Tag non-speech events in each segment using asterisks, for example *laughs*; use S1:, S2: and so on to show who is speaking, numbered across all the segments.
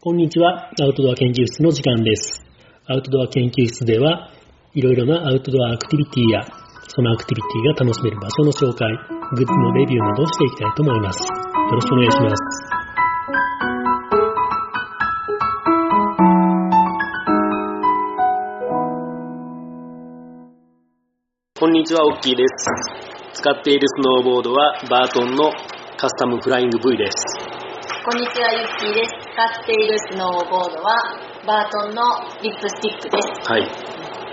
S1: こんにちは。アウトドア研究室の時間です。アウトドア研究室では、いろいろなアウトドアアクティビティや、そのアクティビティが楽しめる場所の紹介、グッズのレビューなどをしていきたいと思います。よろしくお願いします。こんにちは、オッキーです。使っているスノーボードは、バートンのカスタムフライング V です。
S2: こんにちは、ゆっきーです。使っているスノーボードは、バートンのリップスティックです。
S1: はい。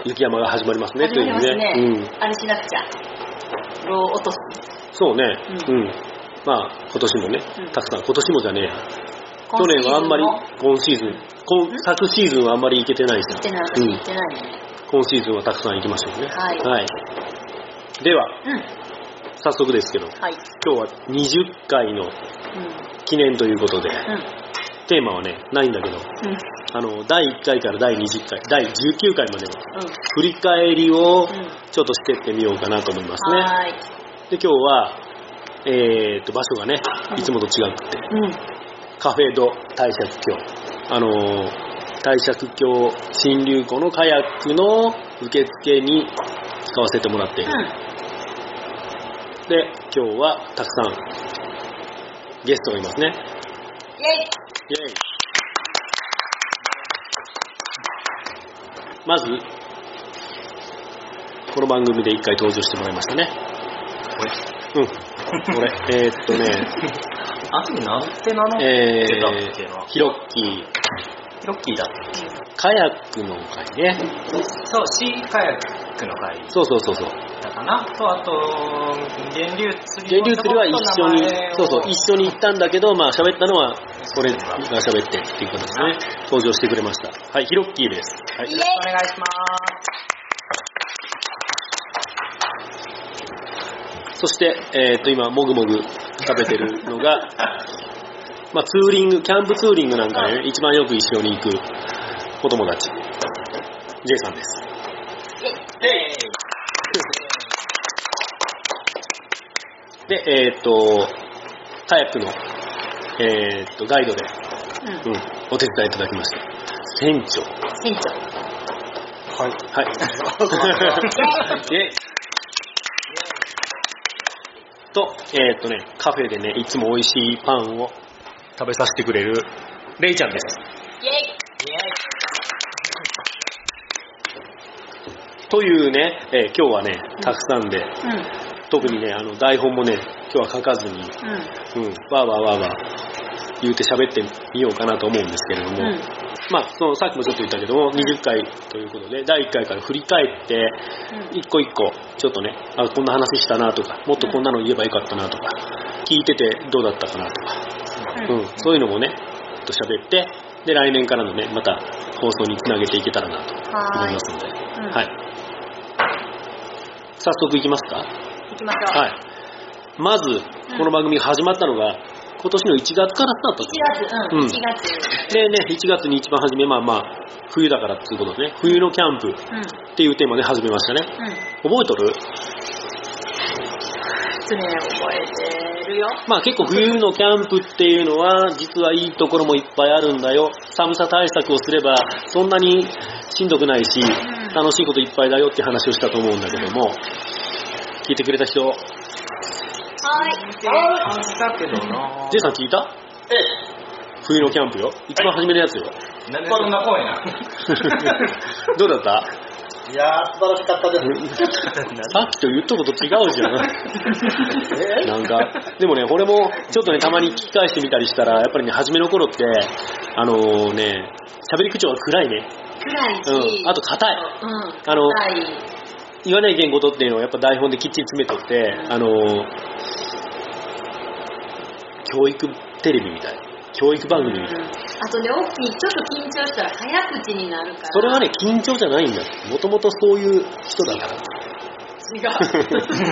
S1: 雪山が始まりますね、
S2: 始まりますね
S1: というね。。
S2: あれしなくちゃ。ロー落とす。
S1: うん。そうね。う。
S2: うんん
S1: まあ、今年もね
S2: う、ん
S1: たくさん、今年もじゃねえや。去年はあんまり、今シーズン、今昨シーズンはあんまり行けてない
S2: 行っ
S1: し、
S2: てない、
S1: う
S2: 私
S1: ん
S2: 行ってないね。
S1: 今シーズンはたくさん行きましょうね。
S2: はい
S1: では、
S2: うん。
S1: 早速ですけど、
S2: はい。
S1: 今日は20回の
S2: うん。
S1: 記念ということで、
S2: うん。
S1: テーマはね、ないんだけど、
S2: うん。
S1: あの、第1回から第20回、第19回までの
S2: うん。
S1: 振り返りを
S2: うん
S1: ちょっとしてってみようかなと思いますね。
S2: はー
S1: で
S2: い。
S1: 今日は、えー、と場所がね
S2: うん
S1: いつもと違くて、
S2: うん。
S1: カフェド帝釈峡あのー帝釈峡新流湖のカヤックの受付に使わせてもらっている、で今日はたくさんゲストがいますね
S2: イェイ
S1: イエイまずこの番組で一回登場してもらいましたねうん俺えーっとね
S3: あの時なんて名乗って
S1: え
S3: たっけな
S1: ー、ヒロッキー、
S3: ロッキーだっ
S1: カヤックの会ね。
S3: けそう、シーカヤックの会
S1: そうそうそうそう。
S3: だったかなと、あと、源流釣り
S1: 源流釣りは一緒に、そうそう、
S3: 緒
S1: 一緒に行ったんだけど、まあ喋ったのは、俺が喋ってっていうことですね。登場してくれました。はい、ヒロッキーです。はい
S2: イェイ。
S3: お願いします。
S1: そして、えーっと、今、もぐもぐ食べてるのが、 *laughs* まあツーリング、キャンプツーリングなんかでね、一番よく一緒に行くお友達、J さんです。
S2: イェイ
S3: え
S1: で、えーっと、カヤックの、えーっと、ガイドで、
S2: うん
S1: うん、お手伝いいただきました。船長。
S2: 船長。
S3: はい。
S1: はい。イェイと、えーっとね、カフェでね、いつも美味しいパンを食べさせてくれる、レイちゃんです。
S2: イェイ
S1: というね、えー今日はね、たくさんで、
S2: うん。
S1: 特にね、あの、台本もね、今日は書かずに、う
S2: うん。
S1: ん、わーわーわーわー言うて喋ってみようかなと思うんですけれども、
S2: うん。
S1: まあ、その、さっきもちょっと言ったけども、20回ということで、第1回から振り返って、
S2: うん。
S1: 一個一個、ちょっとね、あ、こんな話したなとか、もっとこんなの言えばよかったなとか、聞いててどうだったかなとか、
S2: う。
S1: うんん、そういうのもね、ちょっと喋って、で、来年からのね、また放送につなげていけたらなと
S2: は
S1: 思
S2: ー
S1: い
S2: い
S1: ま。すので、
S2: うん
S1: はい。早速いきますか
S2: 行きましょう。
S1: はい。まず、この番組が始まったのが、今年の1月からスタート
S2: 1月、う
S1: うん
S2: ん。1月。
S1: でね、1月に一番初め、まあまあ、冬だからっていうことでね、冬のキャンプ
S2: う
S1: っていうテーマで始めましたね。
S2: ん。うん。
S1: 覚えとる
S2: 失礼覚えてるよ。
S1: まあ結構冬のキャンプっていうのは、実はいいところもいっぱいあるんだよ。寒さ対策をすれば、そんなにしんどくないし、
S2: ん
S1: 楽しいこといっぱいだよって話をしたと思うんだけども、聞いてくれた人、
S2: はい。
S3: あ感じだけどな
S1: J さん聞いた
S3: え
S1: 冬のキャンプよ。一番初めのやつよ。
S3: なんでそんな
S1: *laughs*
S3: 声な
S1: どうだった
S3: いやー、素晴らしかった
S1: です *laughs*
S3: す
S1: さっきと言ったこと違うじゃん。なんか、でもね、俺もちょっとね、たまに聞き返してみたりしたら、やっぱりね、初めの頃って、あのね、喋り口調が暗いね。
S2: 暗いし、
S1: うん。あと、硬い。
S2: うん、
S1: あの
S2: 硬い、
S1: 言わない言語とっていうのをやっぱ台本できっちり詰めとって、あの、教育テレビみたいな。教育番組みたいな。
S2: あとね、大きい、ちょっと緊張したら早口になるから。
S1: それはね、緊張じゃないんだよ。もともとそういう人だから。*laughs*
S2: 違う。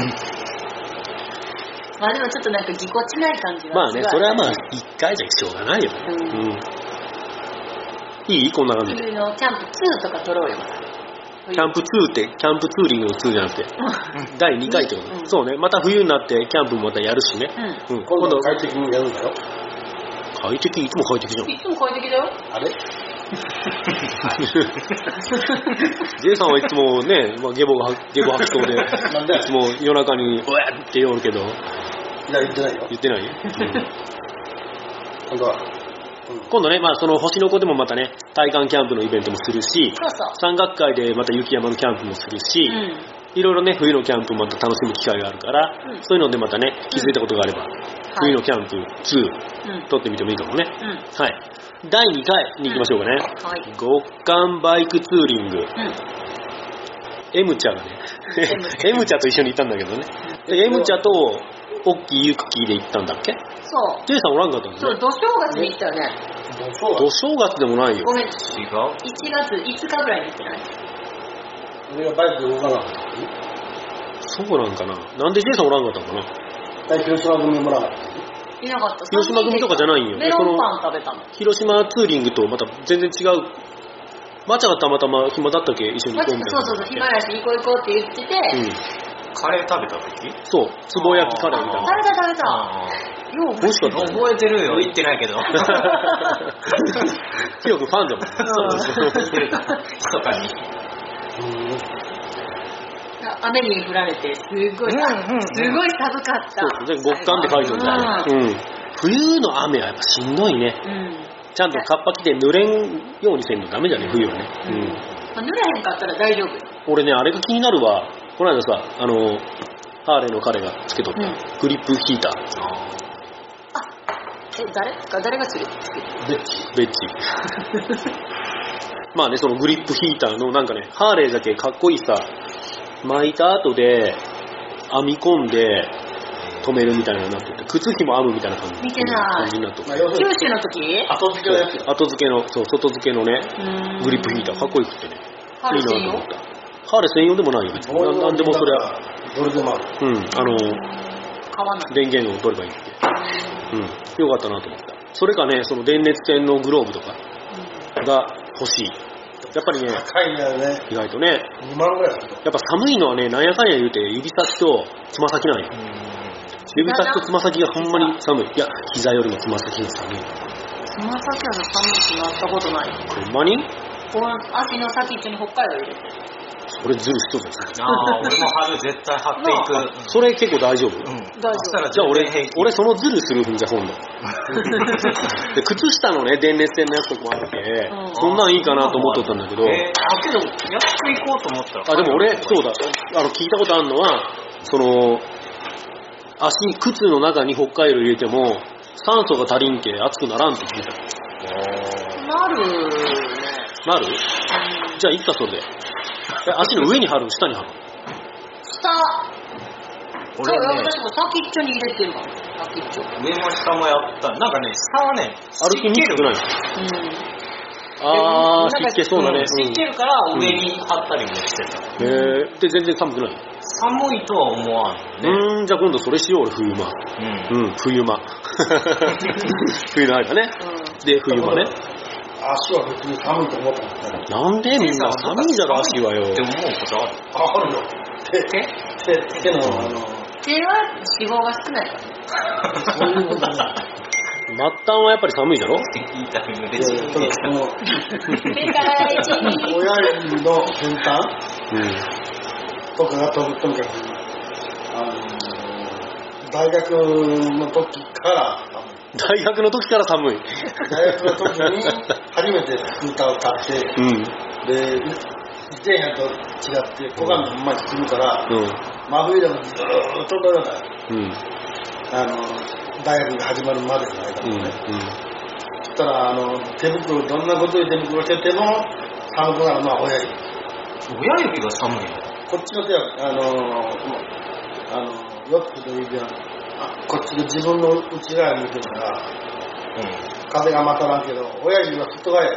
S2: まあでもちょっとなんかぎこちない感じは
S1: まあね、それはまあ
S2: あ、、
S1: 一回じゃしょうがないよね。
S2: う
S1: うんん。いいこんな感じで。
S2: 冬のキャンプ2とか撮ろうよ。
S1: キャンプ2って、キャンプツーリングの2じゃなくて、第2回ってこと、
S2: うん
S1: そうね、また冬になってキャンプもまたやるしね。
S2: うん。
S1: うん、今度、
S3: 帰ってきもやるんだよ。
S1: 帰快適、いつも快適じ
S2: *laughs*
S1: ゃん。
S2: いつも快適だよ。
S3: あれ
S1: J さんはいつもね、まあ、ゲボが、ゲボ吐きそうで、
S3: んで
S1: いつ *laughs* も夜中に、うわーって言おるけど、
S3: いや、言ってないよ。
S1: 言ってない
S3: 今度は。うん
S1: 今度ね、まあ、その星の子でもまたね、体感キャンプのイベントもするし、
S2: そうそう。
S1: 山岳会でまた雪山のキャンプもするし、
S2: うん。
S1: いろいろね、冬のキャンプまた楽しむ機会があるから、
S2: うん
S1: そういうのでまたね、気づいたことがあれば、冬のキャンプ2、
S2: うん。
S1: 撮ってみてもいいかもね。
S2: うん。
S1: はい。第2回に行きましょうかね。
S2: はい。
S1: 極寒バイクツーリング。
S2: うん。
S1: M ちゃんがね
S2: M ち、
S1: M ちゃんと一緒に行ったんだけどね。で M ちゃんと、オッキーユッキーで行ったんだっけ
S2: そ
S1: ?J さんおらんかったん
S2: う。
S1: です
S2: そう、
S1: ね。
S2: 土正月に行ったよね。
S3: そう
S1: お正月でもないよ
S2: ご。めん、1
S3: 違う
S2: 月5日ぐらいに行ってない。
S3: 俺はバイク動かなかった。
S1: そうなんかな。なんで J さんおらんかったのかな。
S3: 大広島組もらなかった。
S2: いなかった。
S1: 広島組とかじゃないんよ
S2: メロンパン食べたの。
S1: 広島ツーリングとまた全然違う。まーちゃんがたまたま暇だったっけ一緒に
S2: ま
S1: 行
S2: あ
S1: こ
S2: そうう
S1: みたいな。
S2: そうそう、暇やし、行こう行こうって言ってて、
S1: うん。
S3: カレー食べた時
S1: そう。つぼ焼きカレーみたい
S2: 食
S1: な。
S2: べた食べた。
S3: あ
S2: よう
S1: 美味しかったよね。
S3: 覚えてるよ。言ってないけ *laughs* ど。
S1: ひろくんファンだもんね。そうそう
S2: *laughs*
S1: そう
S3: 密かに。
S2: 雨に降られて、すごい、すごい寒かった。
S1: そうですね、極寒って書いてるんだよね。うん。冬の雨はやっぱしんどいね。
S2: うん。うん。
S1: ちゃんとカッパ着て濡れんようにせんのダメじゃね、冬はね。う
S2: うん
S1: ん。
S2: まあ、濡れへんかったら大丈夫よ。
S1: 俺ね、あれが気になるわ。この間さ、あの、ハーレーの彼がつけとった、
S2: うん
S1: グリップヒーター、
S2: え、誰か誰がつけつけて
S3: で、ち
S1: ベッジ。 *laughs* まあね、そのグリップヒーターのなんかね、ハーレーだけかっこいいさ、巻いた後で、編み込んで、止めるみたいなのになってて、靴ひも編むみたいな感じ
S2: 見てない
S1: 感じになっとって
S3: まあ要す
S2: 九
S3: るに
S2: 州の時
S3: 後付けのやつよ。
S1: 後付けの、そう、外付けのね、
S2: うん
S1: グリップヒーター、かっこよくってね。
S2: ハルシ
S1: いい
S2: ン
S1: なと
S2: よ
S1: 思っ。た。ハーレー専用でもないよ、別に。ななんでもそれは、
S3: どれでもある。
S1: うん、あの、
S2: 買わない。
S1: 電源を取ればいいって。うん、よかったなと思った。それかね、その電熱線のグローブとかが欲しい。やっぱりね、
S3: 高いんだよね。
S1: 意外とね、
S3: 2万ぐらいする。
S1: やっぱ寒いのはね、なんやかんや言うて、指先とつま先なんよ。指先とつま先がほんまに寒い。いや、膝よりもつま先が寒い。
S2: つま先は寒くなったことない。
S1: ほんまに
S2: この足の先っちょに北海道入れて。
S1: それずるしとるじゃん
S4: ああ、俺も春絶対貼っていく。
S1: それ結構大丈夫
S4: うん。
S2: 大丈夫
S4: そしたら
S1: じゃあ俺
S4: 全然平、気
S1: 俺そのズルするんじゃ、今度。で靴下のね、電熱線のやつとかもあって
S2: う、ん
S1: そんなんいいかなと思っとったんだけど、
S4: えーあ、けど、やっと行こうと思ったら。
S1: あ、でも俺、そうだ、あの、聞いたことあるのは、その、足に靴の中に北海道入れても、酸素が足りんけ熱くならんって聞いた。
S2: なるね。
S1: なるじゃあいっか、それで。え足の上に貼る下に貼る
S2: 下。そう、
S4: 俺ね
S2: 私も先っちょに入れてるもん。先っちょ。う
S4: 上も下もやった。なんかね、下はね、
S1: 歩きにくくない
S2: ん。
S1: あー、
S2: でもなんか
S1: 湿気そうだね。
S4: 湿気るから上に貼ったりもしてた。
S1: うんへーで、全然寒くない。
S4: 寒いとは思わんね。
S1: うーん、じゃあ今度それしよう、俺、冬間。
S4: うん。
S1: うん、冬 *laughs* 間。冬の間ね。で、冬場ね。
S3: 足は別に寒いと思ったんだけど。
S1: なんでみんな寒いじゃろ、足はよ
S4: って。思うことある。
S3: あ、あるよ。手、手、手の、あの、
S2: 手は脂肪が少ない *laughs* からね。
S3: そういう
S4: *laughs*
S3: ことじゃない。
S1: 末端はやっぱり寒いだろ
S4: いいタイミング
S3: い
S4: で
S3: や
S4: す
S3: い
S4: ね。
S3: や、その、その、
S2: 世
S3: *laughs*
S2: 界一に。
S3: 親指の先端
S1: うん。
S3: とかがととにかく、あの、大学の時から、
S1: 大学の時から寒い。
S3: 大学の時に初めてスクーターを買って、
S1: うん。
S3: で、自転車と違って、小がのまに進むから、
S1: うん。
S3: 真冬でもずーっと乗らない。
S1: うん。
S3: あの、大学が始まるまでの間
S1: うん。う
S3: もね。
S1: ん。
S3: そしたら、あの、手袋、どんなことで手袋してても、寒くなるのは親指。
S4: 親指が寒いの。
S3: こっちの手は、あのもう、あの、よくの指は、あこっちの自分の内側に向けるから、
S4: う
S3: 風がまたらんけど、親指は外側へ、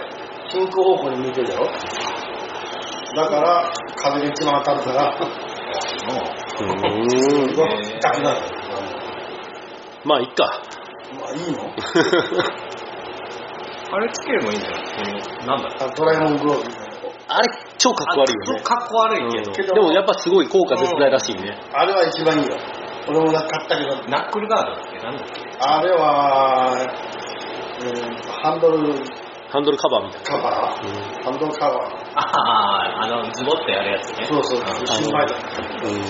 S3: 進行方向に向いてるやろ。だから、風が一番当たるから、
S1: うん
S3: うわ痛くなる。
S1: まあ、いっか。
S3: まあ、いいの
S4: ん。あれつければいいんじゃないこのなんだろう。
S3: あドラえもんグローブみたいな。
S1: あれ、超かっこ悪いよね。
S4: かっこ悪いけど。
S1: うんでもやっぱすごい効果絶大らしいね。
S3: あれは一番いいよ。俺も買ったけど、
S4: ナックルガードだっけなんだっけ
S3: あれは、うんハンドル
S1: ハンドルカバーみたい
S3: カバ
S1: な。
S3: ーハンドルカバー。
S4: ああ、あの、ズボってやるやつね。
S3: そうそう、
S4: ん
S3: 心配だ。
S1: うん。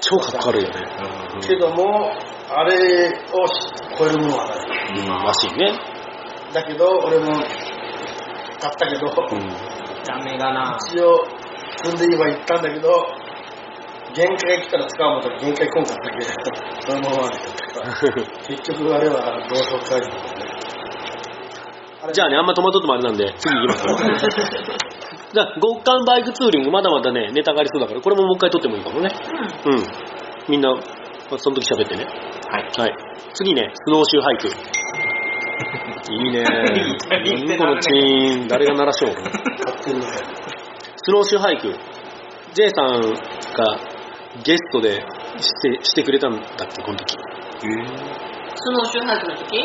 S1: 超かっこ悪いよね。
S4: うん
S3: けども、あれを超えるものはない。
S1: うん、らしいね。
S3: だけど、俺も買ったけど、
S1: うん。 *laughs*
S4: ダメだな
S3: 一応、積んで今行ったんだけど、限界来たら使うもんと限界来んかったけど、そのままあれだったから結局あれは同窓会議だね。
S1: じゃあね、あんま戸惑ってもあれなんで、次行きますよ。じゃあ、極寒バイクツーリング、まだまだね、ネタがありそうだから、これももう一回撮ってもいいかもね。うん。みんな、まあその時喋ってね。
S4: はい。
S1: はい。次ね、スノーシューハイク。 *laughs* いいね。
S4: いいね
S1: うんこのチーン、誰が鳴らし *laughs* よう。
S3: 勝手にね
S1: スノーシューハイク。J さんがゲストでしてしてくれたんだっけ、この時。
S2: その周波数の時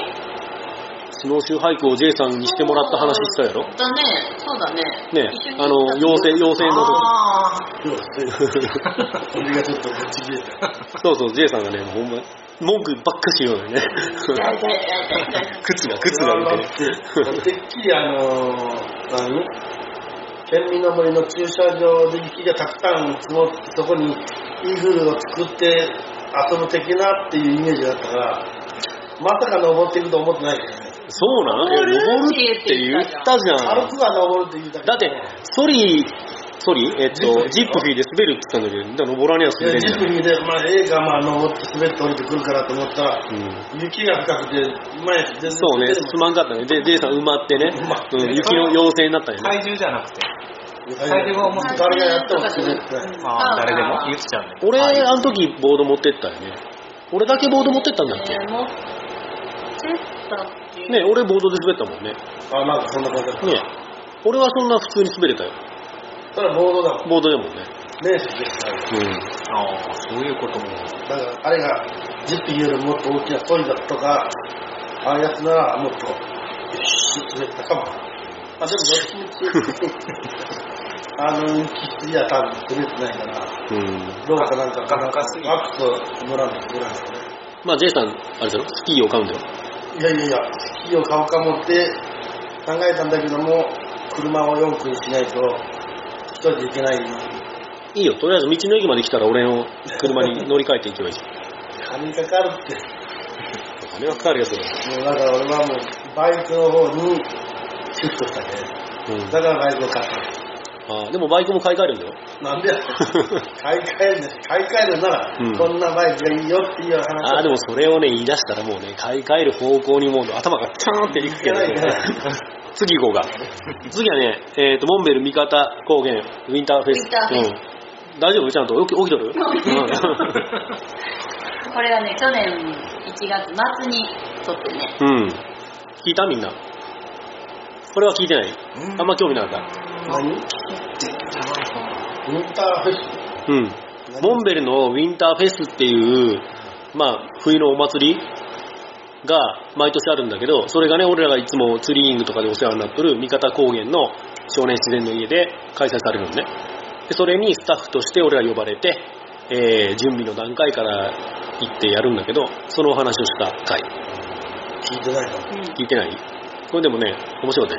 S1: スノーシューハイクを J さんにしてもらった話したや *laughs* ろ。
S2: だね、そうだね。
S1: ね
S2: 一緒に
S1: あの、
S2: 行った
S1: 妖精、妖精の時。
S4: ああ。
S3: 今日はそれがちょっとぶっちぎれた。
S1: そうそう、J さんがね、ほんま、文句ばっかし言うの *laughs* よね。
S2: 大体大 *laughs* 体大体
S1: 靴が、靴がみたいな。
S3: てっきりあの何県民の森の駐車場で雪がたくさん積もって、そこにイーグルを作って遊ぶ的なっていうイメージだったから、まさか登っていくと思ってないけどね。
S1: *laughs* そうなの
S2: 登る
S1: 登るって言ったじゃ
S3: 歩
S1: ん。
S3: くが登るって言うだけ
S1: だって、ソリー、ソリーえっと、ジ
S3: ジ
S1: ップフィーで滑るって言ったんだけど、だから登らねえや
S3: いや
S1: 滑れん
S3: ジ
S1: じゃ
S3: ップ
S1: ん。
S3: にで、まあ、A がまあ登って滑って降りてくるからと思ったら、
S1: うん
S3: 雪が深くて、前全然
S1: そうね、
S3: 出て
S1: す
S3: も
S1: まんかったね。で、デイさん埋まってね、
S3: 埋
S1: うん、雪の妖精になったよね。
S4: 体重じゃなくて。
S3: 誰が
S4: 重い
S3: やっても滑ってない。
S4: ああ、誰でも。ゆ
S2: え
S4: きちゃんでも。
S1: 俺、あの時ボード持ってったよね。俺だけボード持ってったんだっけ
S2: ー、持ってたっけ
S1: ね、俺ボードで滑ったもんね。
S3: あ、なんかそんな感じだった。
S1: ね、俺はそんな普通に滑れたよ。
S3: それはボードだもん。
S1: ボードでもね。
S3: レースですから。
S1: うん。
S4: ああ、そういうことも。
S3: だから、あれが10匹よりもっと大きなソリだとか、ああいうやつならもっと、滑ったかも。あ、でもどっち *laughs* みち、あの、キッズは多分滑ってないから、
S1: うん。
S3: ローかなんか
S4: ガラガラすぎる
S3: アクと乗らないぐらいですね。
S1: まあ J さん、あれだろ、スキーを買うんだよ。
S3: いやいやいや、スキーを買おうかもって考えたんだけども、車を4区にしないと、一人で行けない。
S1: いいよ、とりあえず道の駅まで来たら俺の車に乗り換えていけばいいじゃん。
S3: 金かかるって。
S1: お金はかかるよ、それ。
S3: もうだから俺はもう、バイクの方にシフトしたね。
S1: うん
S3: だからバイクを買った。
S1: あーでもバイクも買い替えるんだよ。
S3: なんでや
S1: *laughs*
S3: 買い替えるんです。買い替えるなら、
S1: うん
S3: こんなバイクがいいよっていう話
S1: ああ、でもそれをね、言い出したらもうね、買い替える方向にもう頭がチャーンっていくけどね
S3: いかないい
S1: *laughs* 次行こうか。次はね、えっ、と、モンベル三方高原、ウィンターフェス。
S2: ウィンターフェ
S1: う
S2: ス
S1: ん。大丈夫ちゃんと起き起きとる
S2: これはね、去年1月末に撮ってね。
S1: うん。うん聞いたみんな。これは聞いてない。
S4: うん
S1: あんま興味なかった。
S3: 何ウィンターフェ
S1: うん。
S3: ス
S1: モンベルのウィンターフェスっていう、まあ、冬のお祭りが毎年あるんだけど、それがね、俺らがいつもツリーイングとかでお世話になっとる三方高原の少年自然の家で開催されるのね。で、それにスタッフとして俺ら呼ばれて、えー、準備の段階から行ってやるんだけど、そのお話をした回。
S3: 聞いてないの
S2: うん。
S1: 聞いてないこれでもね、面白かっ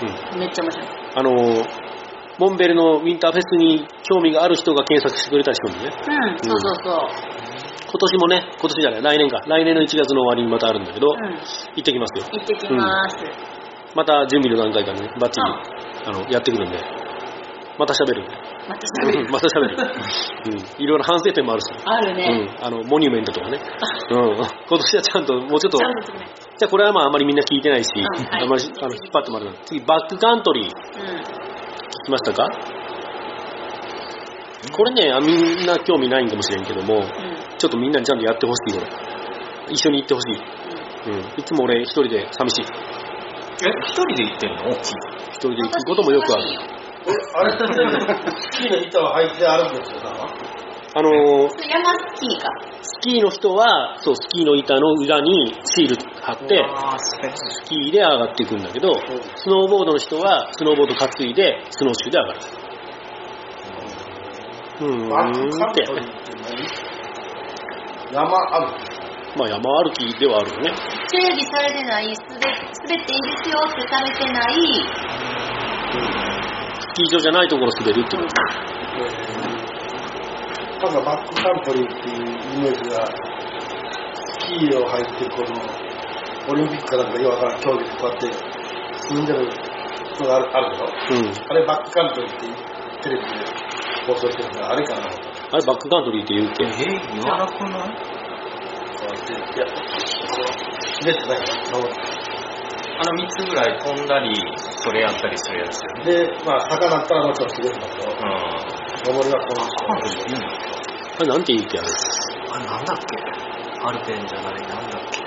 S1: たね。
S2: うん。めっちゃ面白い。
S1: あのーモンベルのウィンターフェスに興味がある人が検索してくれた人もね、
S2: うん、そうそうそう。
S1: 今年もね、今年じゃない、来年か。来年の1月の終わりにまたあるんだけど、
S2: うん。
S1: 行ってきますよ。
S2: 行ってきます。
S1: また準備の段階からね、バッチリ、
S2: あ
S1: あの、やってくるんで、また喋る。
S2: また喋
S1: う *laughs*
S2: る。
S1: んまた喋る。うん。いろいろ反省点もあるし。
S2: あるね。
S1: うん。あの、モニュメントとかね。うん。今年はちゃんと、もうちょっと、
S2: ち
S1: じ
S2: ゃんとするね。
S1: ゃあこれはまああまりみんな聞いてないし、
S2: うんはい
S1: あんまりあの引っ張ってもらうな次、バックカントリー、聞きましたかこれね、あみんな興味ないんかもしれんけども、
S2: うん。うん。
S1: ちょっとみんなにちゃんとやってほしい、これ。一緒に行ってほしい。うん、いつも俺一人で寂しい。
S4: え、一人で行ってんの
S1: 一人で行くこともよくある。
S3: え、あれだって、スキーの板を履いて歩くんですよ、な
S1: あのー
S2: それ山スキーか。
S1: スキーの人は、そう、スキーの板の裏にシール貼って、
S4: ああ、スペ
S1: スキーで上がっていくんだけど、スノーボードの人は、スノーボード担いで、スノーシューで上がる。うー
S3: バック
S1: ん
S3: カ
S1: っ
S3: ン
S1: て
S3: トリーって何山ある
S1: まあ山歩きではあるよね。
S2: 整備されてない、すべていいですよってされてない、
S1: スキー場じゃないところ滑るってこと。
S3: なんかバックカントリーっていうイメージが、スキーを入ってるこの、オリンピックかなんかよくわからん競技でこうやって進んでるのがあるあるでしょ
S1: うん。
S3: あれバックカントリーってテレビで放送してるから、あれかな
S1: あれバックカントリーって言うっ
S4: え
S1: け
S4: ー、言わなくない
S3: こうやって、いや、滑ってないから
S4: あの3つぐらい飛んだり、それやったりするやつよね。
S3: で、まあ、坂だったらもちろん滑るんだけど
S4: うん。、あ、
S3: 登りはこの
S4: これいいの
S1: あれなんて言うっけあれ。
S4: あれなんだっけアルペンじゃない、なんだっけ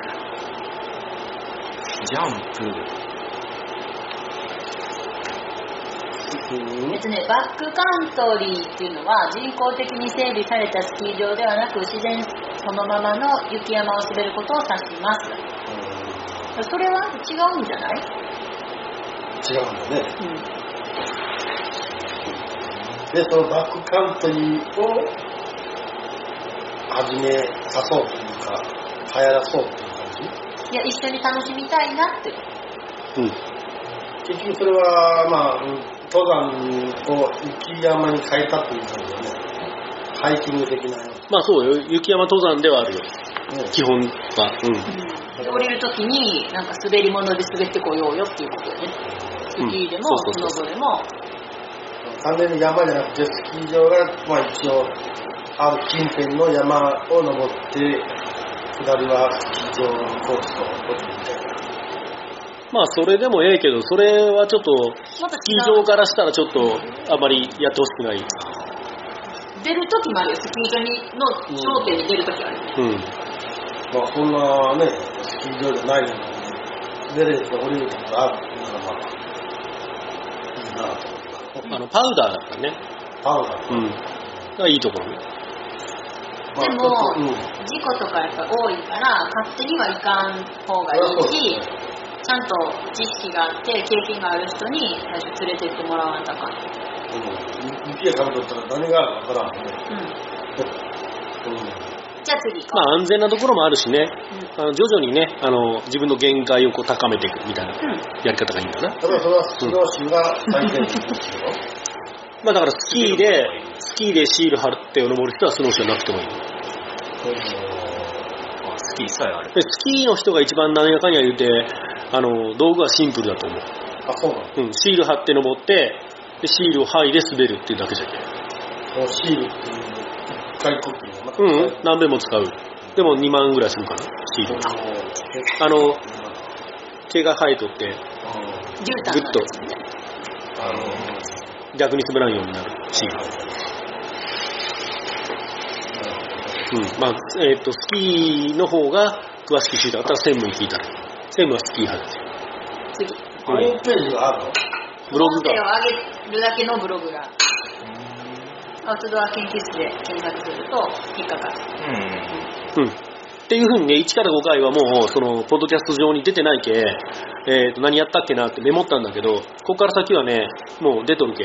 S4: ジャンプ。
S3: 人。
S2: 別にねバックカントリーっていうのは人工的に整備されたスキー場ではなく自然そのままの雪山を滑ることを指します。それは違うんじゃない、
S3: 違うんだね。
S2: うん
S3: で、そのバックカントリーを始めさそうというか、流行らそうという
S2: いや、一緒に楽しみたいなって。
S1: うん。
S3: 感じ。結局それは、まあ、うん登山を雪山に変えたという感じだね。ハイキング的なね。
S1: まあそうよ。雪山登山ではあるよ。基本は。うん。
S2: で降りるときに、なんか滑り物で滑ってこようよっていうことよね。ス
S1: うん
S2: キーでも、
S1: そう
S2: ス
S1: そうそ
S2: ノボでも。
S3: 完全に山じゃなくて、スキー場が、まあ一応、ある近辺の山を登って、下りはスキー場のコースを降りるみたいな。
S1: まあそれでもええけど、それはちょっと、
S2: また
S1: スキー場からしたらちょっとあまりやってほしくない。
S2: 出るときもあるよ。スキー場にの頂点に出るときあるよね。
S1: うん。
S3: まあそんなね、スキー場じゃないのに、滑れると降りるとかあるっていうのがまあ、いいなと思った。
S1: あの、パウダーだったね。
S3: パウダー。
S1: うん。だからいいところね。
S3: まあ
S2: でも
S3: ちょっとうん、
S2: 事故とかやっぱ多いから、勝手にはいかん方がい
S3: そり
S2: いし
S3: ゃそうです、
S2: ちゃんと知識があって、経験がある人に最初連れてってもらわなきゃあかん。
S3: うん、雪がかぶっとったら何があるかわからんね。
S2: うん。
S3: うん
S2: じゃあ次行
S1: ま
S2: こ
S1: あ安全なところもあるしね。
S2: う。う
S1: あ
S2: ん
S1: の徐々にね、あの、自分の限界をこう高めていくみたいな
S2: うん
S1: やり方がいいんだな。
S3: ただそれはスキー同士が体験するんですけど、
S1: まあだからスキーで、スキーでシール貼って登る人はスノーシューなくてもいい。
S4: あ、スキーさえあれ。
S1: でスキーの人が一番何やかんや言うて、あの、道具はシンプルだと思う。
S3: あ、そうなの
S1: うん、シール貼って登って、でシールを剥いで滑るっていうだけじゃけん。
S3: このシールっていう、一回コピーの。
S1: う
S3: うん
S1: ん、何べも使う。でも2万ぐらいするかな、シール。あの、毛が生えとって、
S2: 絨毯なんですね。
S3: あの、
S1: 逆に滑らんようになるシール。うん、まあ、えっ、と、スキーの方が詳しく知りたかったら専務に聞いたら。専務はスキー貼って。
S2: 次。
S3: ホームページがあるの
S1: ブログ
S2: 音声
S1: が。
S2: を上げるだけのブログがアウトドア研究室で検索すると引っかかる
S4: うん。
S1: うん。っていうふうにね、1から5回はもう、その、ポッドキャスト上に出てないけ、えっ、と、何やったっけなってメモったんだけど、ここから先はね、もう出とるけ、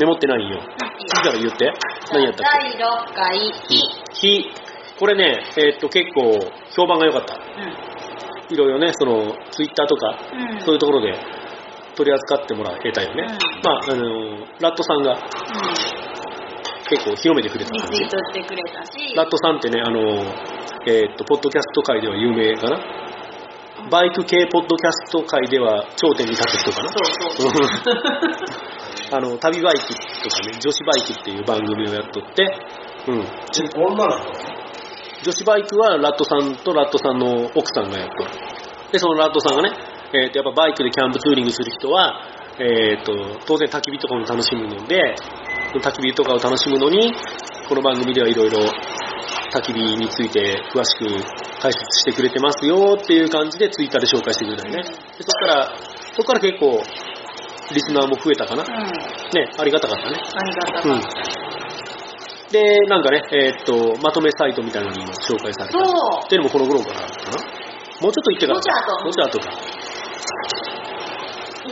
S1: メモってないんよ。次から言って。何やったっ
S2: 第6回
S1: け火。これね、えっ、と、結構、評判が良かった。いろいろね、その、ツイッターとか、
S2: うんうん
S1: そういうところで取り扱ってもらえたよね。
S2: うん
S1: まあ、あの、ラットさんが結構広めてくれた
S2: リ
S1: 感
S2: ツ
S1: じ
S2: イー。トしてくれたし
S1: ラットさんってね、あの、えーっと、ポッドキャスト界では有名かな。バイク系ポッドキャスト界では頂点に立つ人かな。
S2: そうそうそう
S1: *laughs* あの、旅バイキとかね、女子バイキっていう番組をやっとって、うん。
S3: 女の子
S1: 女子バイクはラットさんとラットさんの奥さんがやっとる。で、そのラットさんがね、えーと、やっぱバイクでキャンプツーリングする人は、えっ、と、当然焚き火とかも楽しむので、焚き火とかを楽しむのに、この番組ではいろいろ焚き火について詳しく解説してくれてますよっていう感じでツイッターで紹介してくれたよね。でそこから、そこから結構、リスナーも増えたかな。
S2: うん
S1: ね、
S2: あ
S1: ありがたかったね。
S2: りがたかった、
S1: うん。で、なんかね、えーっと、まとめサイトみたいなのに今紹介された。
S2: そう
S1: っていうのもこの頃からかな。もうちょっと行ってから。
S2: もうちょっと後
S1: もうちょっと後か。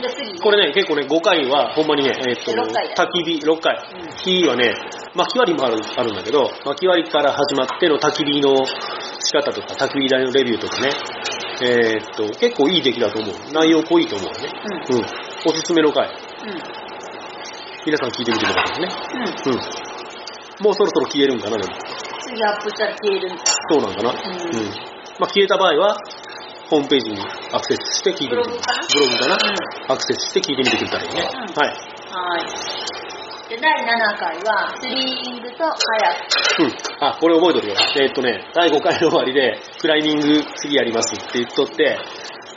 S2: で、次。
S1: これね、結構ね、5回は、ほんまにね、えっ、と、
S2: 六回だ
S1: 焚き火、6回
S2: うん。
S1: 火はね、薪割りもあるあるんだけど、薪割りから始まっての焚き火の仕方とか、焚き火台のレビューとかね、えっ、と、結構いい出来だと思う。内容濃いと思うね。うん。おすすめの回。
S2: うん。うん。
S1: 皆さん聞いてみてくださいね。
S2: うん。
S1: うん。もうそろそろ消えるんかな、でも。
S2: 次アップしたら消える。
S1: そうなんかな。
S2: うん
S1: うん。まあ、消えた場合は、ホームページにアクセスして聞いてみて
S2: ブログかな
S1: ブログかな、
S2: う
S1: アクセスして聞いてみてくれたらいいね。
S2: うん
S1: はい。
S2: はい。で、第7回は、スリーイングとカヤック。
S1: うん。あ、これ覚えとるよ。えーっとね、第5回の終わりで、クライミング次やりますって言っとって、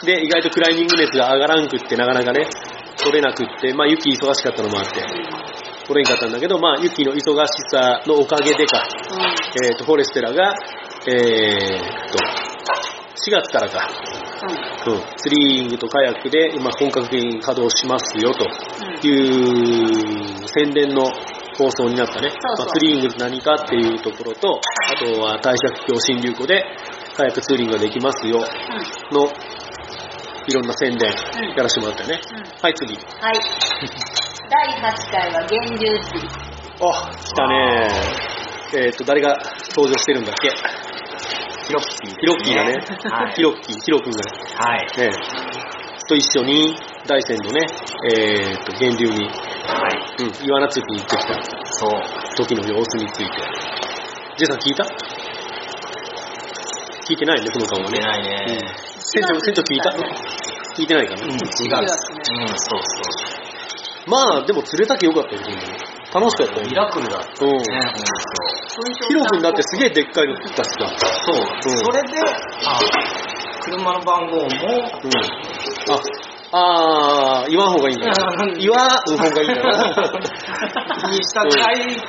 S1: で、意外とクライミング熱が上がらんくって、なかなかね、取れなくって、まあ、雪忙しかったのもあって、取れんかったんだけど、まあ、雪の忙しさのおかげでか、
S2: うん。うん。
S1: えーっと、フォレステラが、えーっと、4月からか、うん、スリーイングとカヤックで今本格的に稼働しますよと
S2: うん。
S1: いう宣伝の放送になったね。
S2: そうそう
S1: まあスリーイングと何かっていうところと、あとは大尺橋新流湖でカヤックツーリングができますよのいろんな宣伝
S2: うん
S1: やらせてもらったよね。
S2: うん。うん。
S1: はい、次。 *laughs*
S2: はい。第8回は源流釣り。
S1: あ、来たねえっ、と、誰が登場してるんだっけ
S4: ヒロッキー、
S1: ヒロッキー
S2: *laughs*
S1: がね、
S4: はい。
S1: ヒロッキー、ヒロ君がね、
S4: はい。
S1: ねと一緒に大山のね、えっ、と、源流に
S4: はい。
S1: うん、岩名釣りに行ってきた
S4: そう。
S1: 時の様子について。ジェイさん聞いた聞いてないね、その顔は
S4: 売れ
S1: ね。
S4: ない
S1: うん
S4: ね。
S1: 船長、船長聞いた聞いてないかな、うん
S4: 違う。うん、そうそ
S1: まあ、でも釣れたけよかったよ、本当に楽しかった
S4: う。
S1: よ。
S4: ミラクルだったね。
S1: うん。
S4: うん、
S1: ヒロ君だってすげえでっかいの釣ったしさ。
S4: そう。そう。
S1: うん
S4: それで、あ車の番号
S1: う
S4: も、
S1: ん。あ、あー、言わん方がいいんだな。言わん方がいいんだ *laughs* な。
S4: にしたぐらい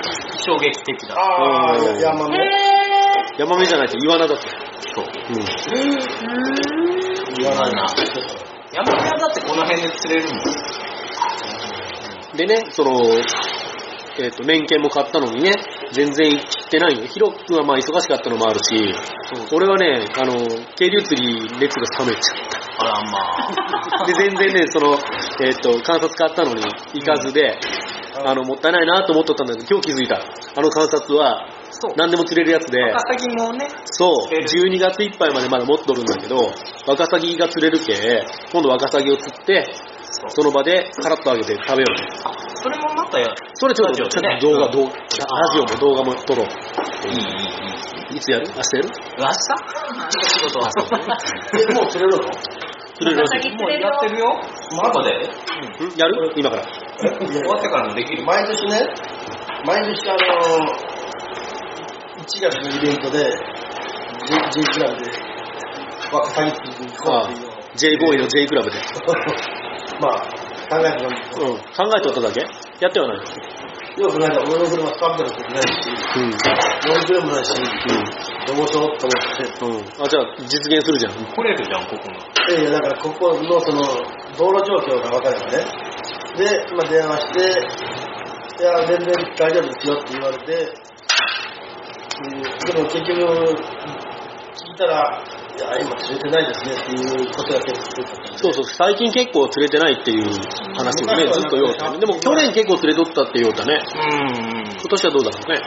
S4: 衝撃的だ。
S3: ああ、
S1: うん
S3: や山
S2: へ
S3: の
S1: ヤマメじゃないと言わなだって。
S4: そ
S1: う
S4: う。
S1: ん。
S2: ー。
S4: 言わないな。山根はだってこの辺で釣れるもん。
S1: でね、その、えっ、と、免許も買ったのにね、全然行ってないよ。ヒロ君はまあ忙しかったのもあるし、俺はね、あの、渓流釣り熱が冷めちゃっ
S4: あら、
S1: た。
S4: ま *laughs*
S1: で、全然ね、その、えっ、と、観察買ったのに行かずで、あの、もったいないなと思っとったんだけど、今日気づいた。あの観察は、
S4: そう。
S1: 何でも釣れるやつで、
S4: 高崎もね、
S1: そう、
S4: 釣れる
S1: 12月いっぱいまでまだ持っとるんだけど、ワカサギが釣れるけ、今度ワカサギを釣って、その場でカラッと揚げて食べようね。
S4: それもまた、いい、
S1: それちょっと、
S4: ラジオ
S1: ちょ
S4: で
S1: っ
S4: ね
S1: と動画、動画、ラジオも動画も撮ろう。
S4: いい、いい。
S1: いつやる明日やる
S4: 明日仕事は
S3: えもう釣れるの
S1: 釣れるらし
S2: 釣れる
S4: もうやってるよ。まだで
S1: い。んやる今から。
S3: えいや
S4: 終わってからのできる。
S3: 毎年ね、毎年あの、1月のイベントで、J, J クラブで、ワカサギ釣りに行こ
S1: あ
S3: うっていうのを
S1: J ボーイの J クラブで。
S3: *laughs* まあ、考えてたんですけ
S1: う
S3: ど、
S1: ん。考えとっただけやってはない。
S3: よくないから俺の車使ってることないし、
S1: うん。
S3: 乗り車もないし、どうしようと思っ
S1: う
S3: て。
S1: ん。うん。あ、じゃあ、実現するじゃん。うん。
S4: 来れるじゃん、ここの。
S3: いやだからここのその道路状況が分かればねで、まあ、電話して「いや全然大丈夫ですよ」って言われて、うん、でも結局聞いたら「いや今釣れてないですね」っていうことが結構多かったんで
S1: そうそう、最近結構釣れてないっていう話もね、ずっと言おうたね。でも去年結構釣れとったって言おうたね。
S4: うん、う
S1: 今
S4: ん。
S1: 年はどうだろうね。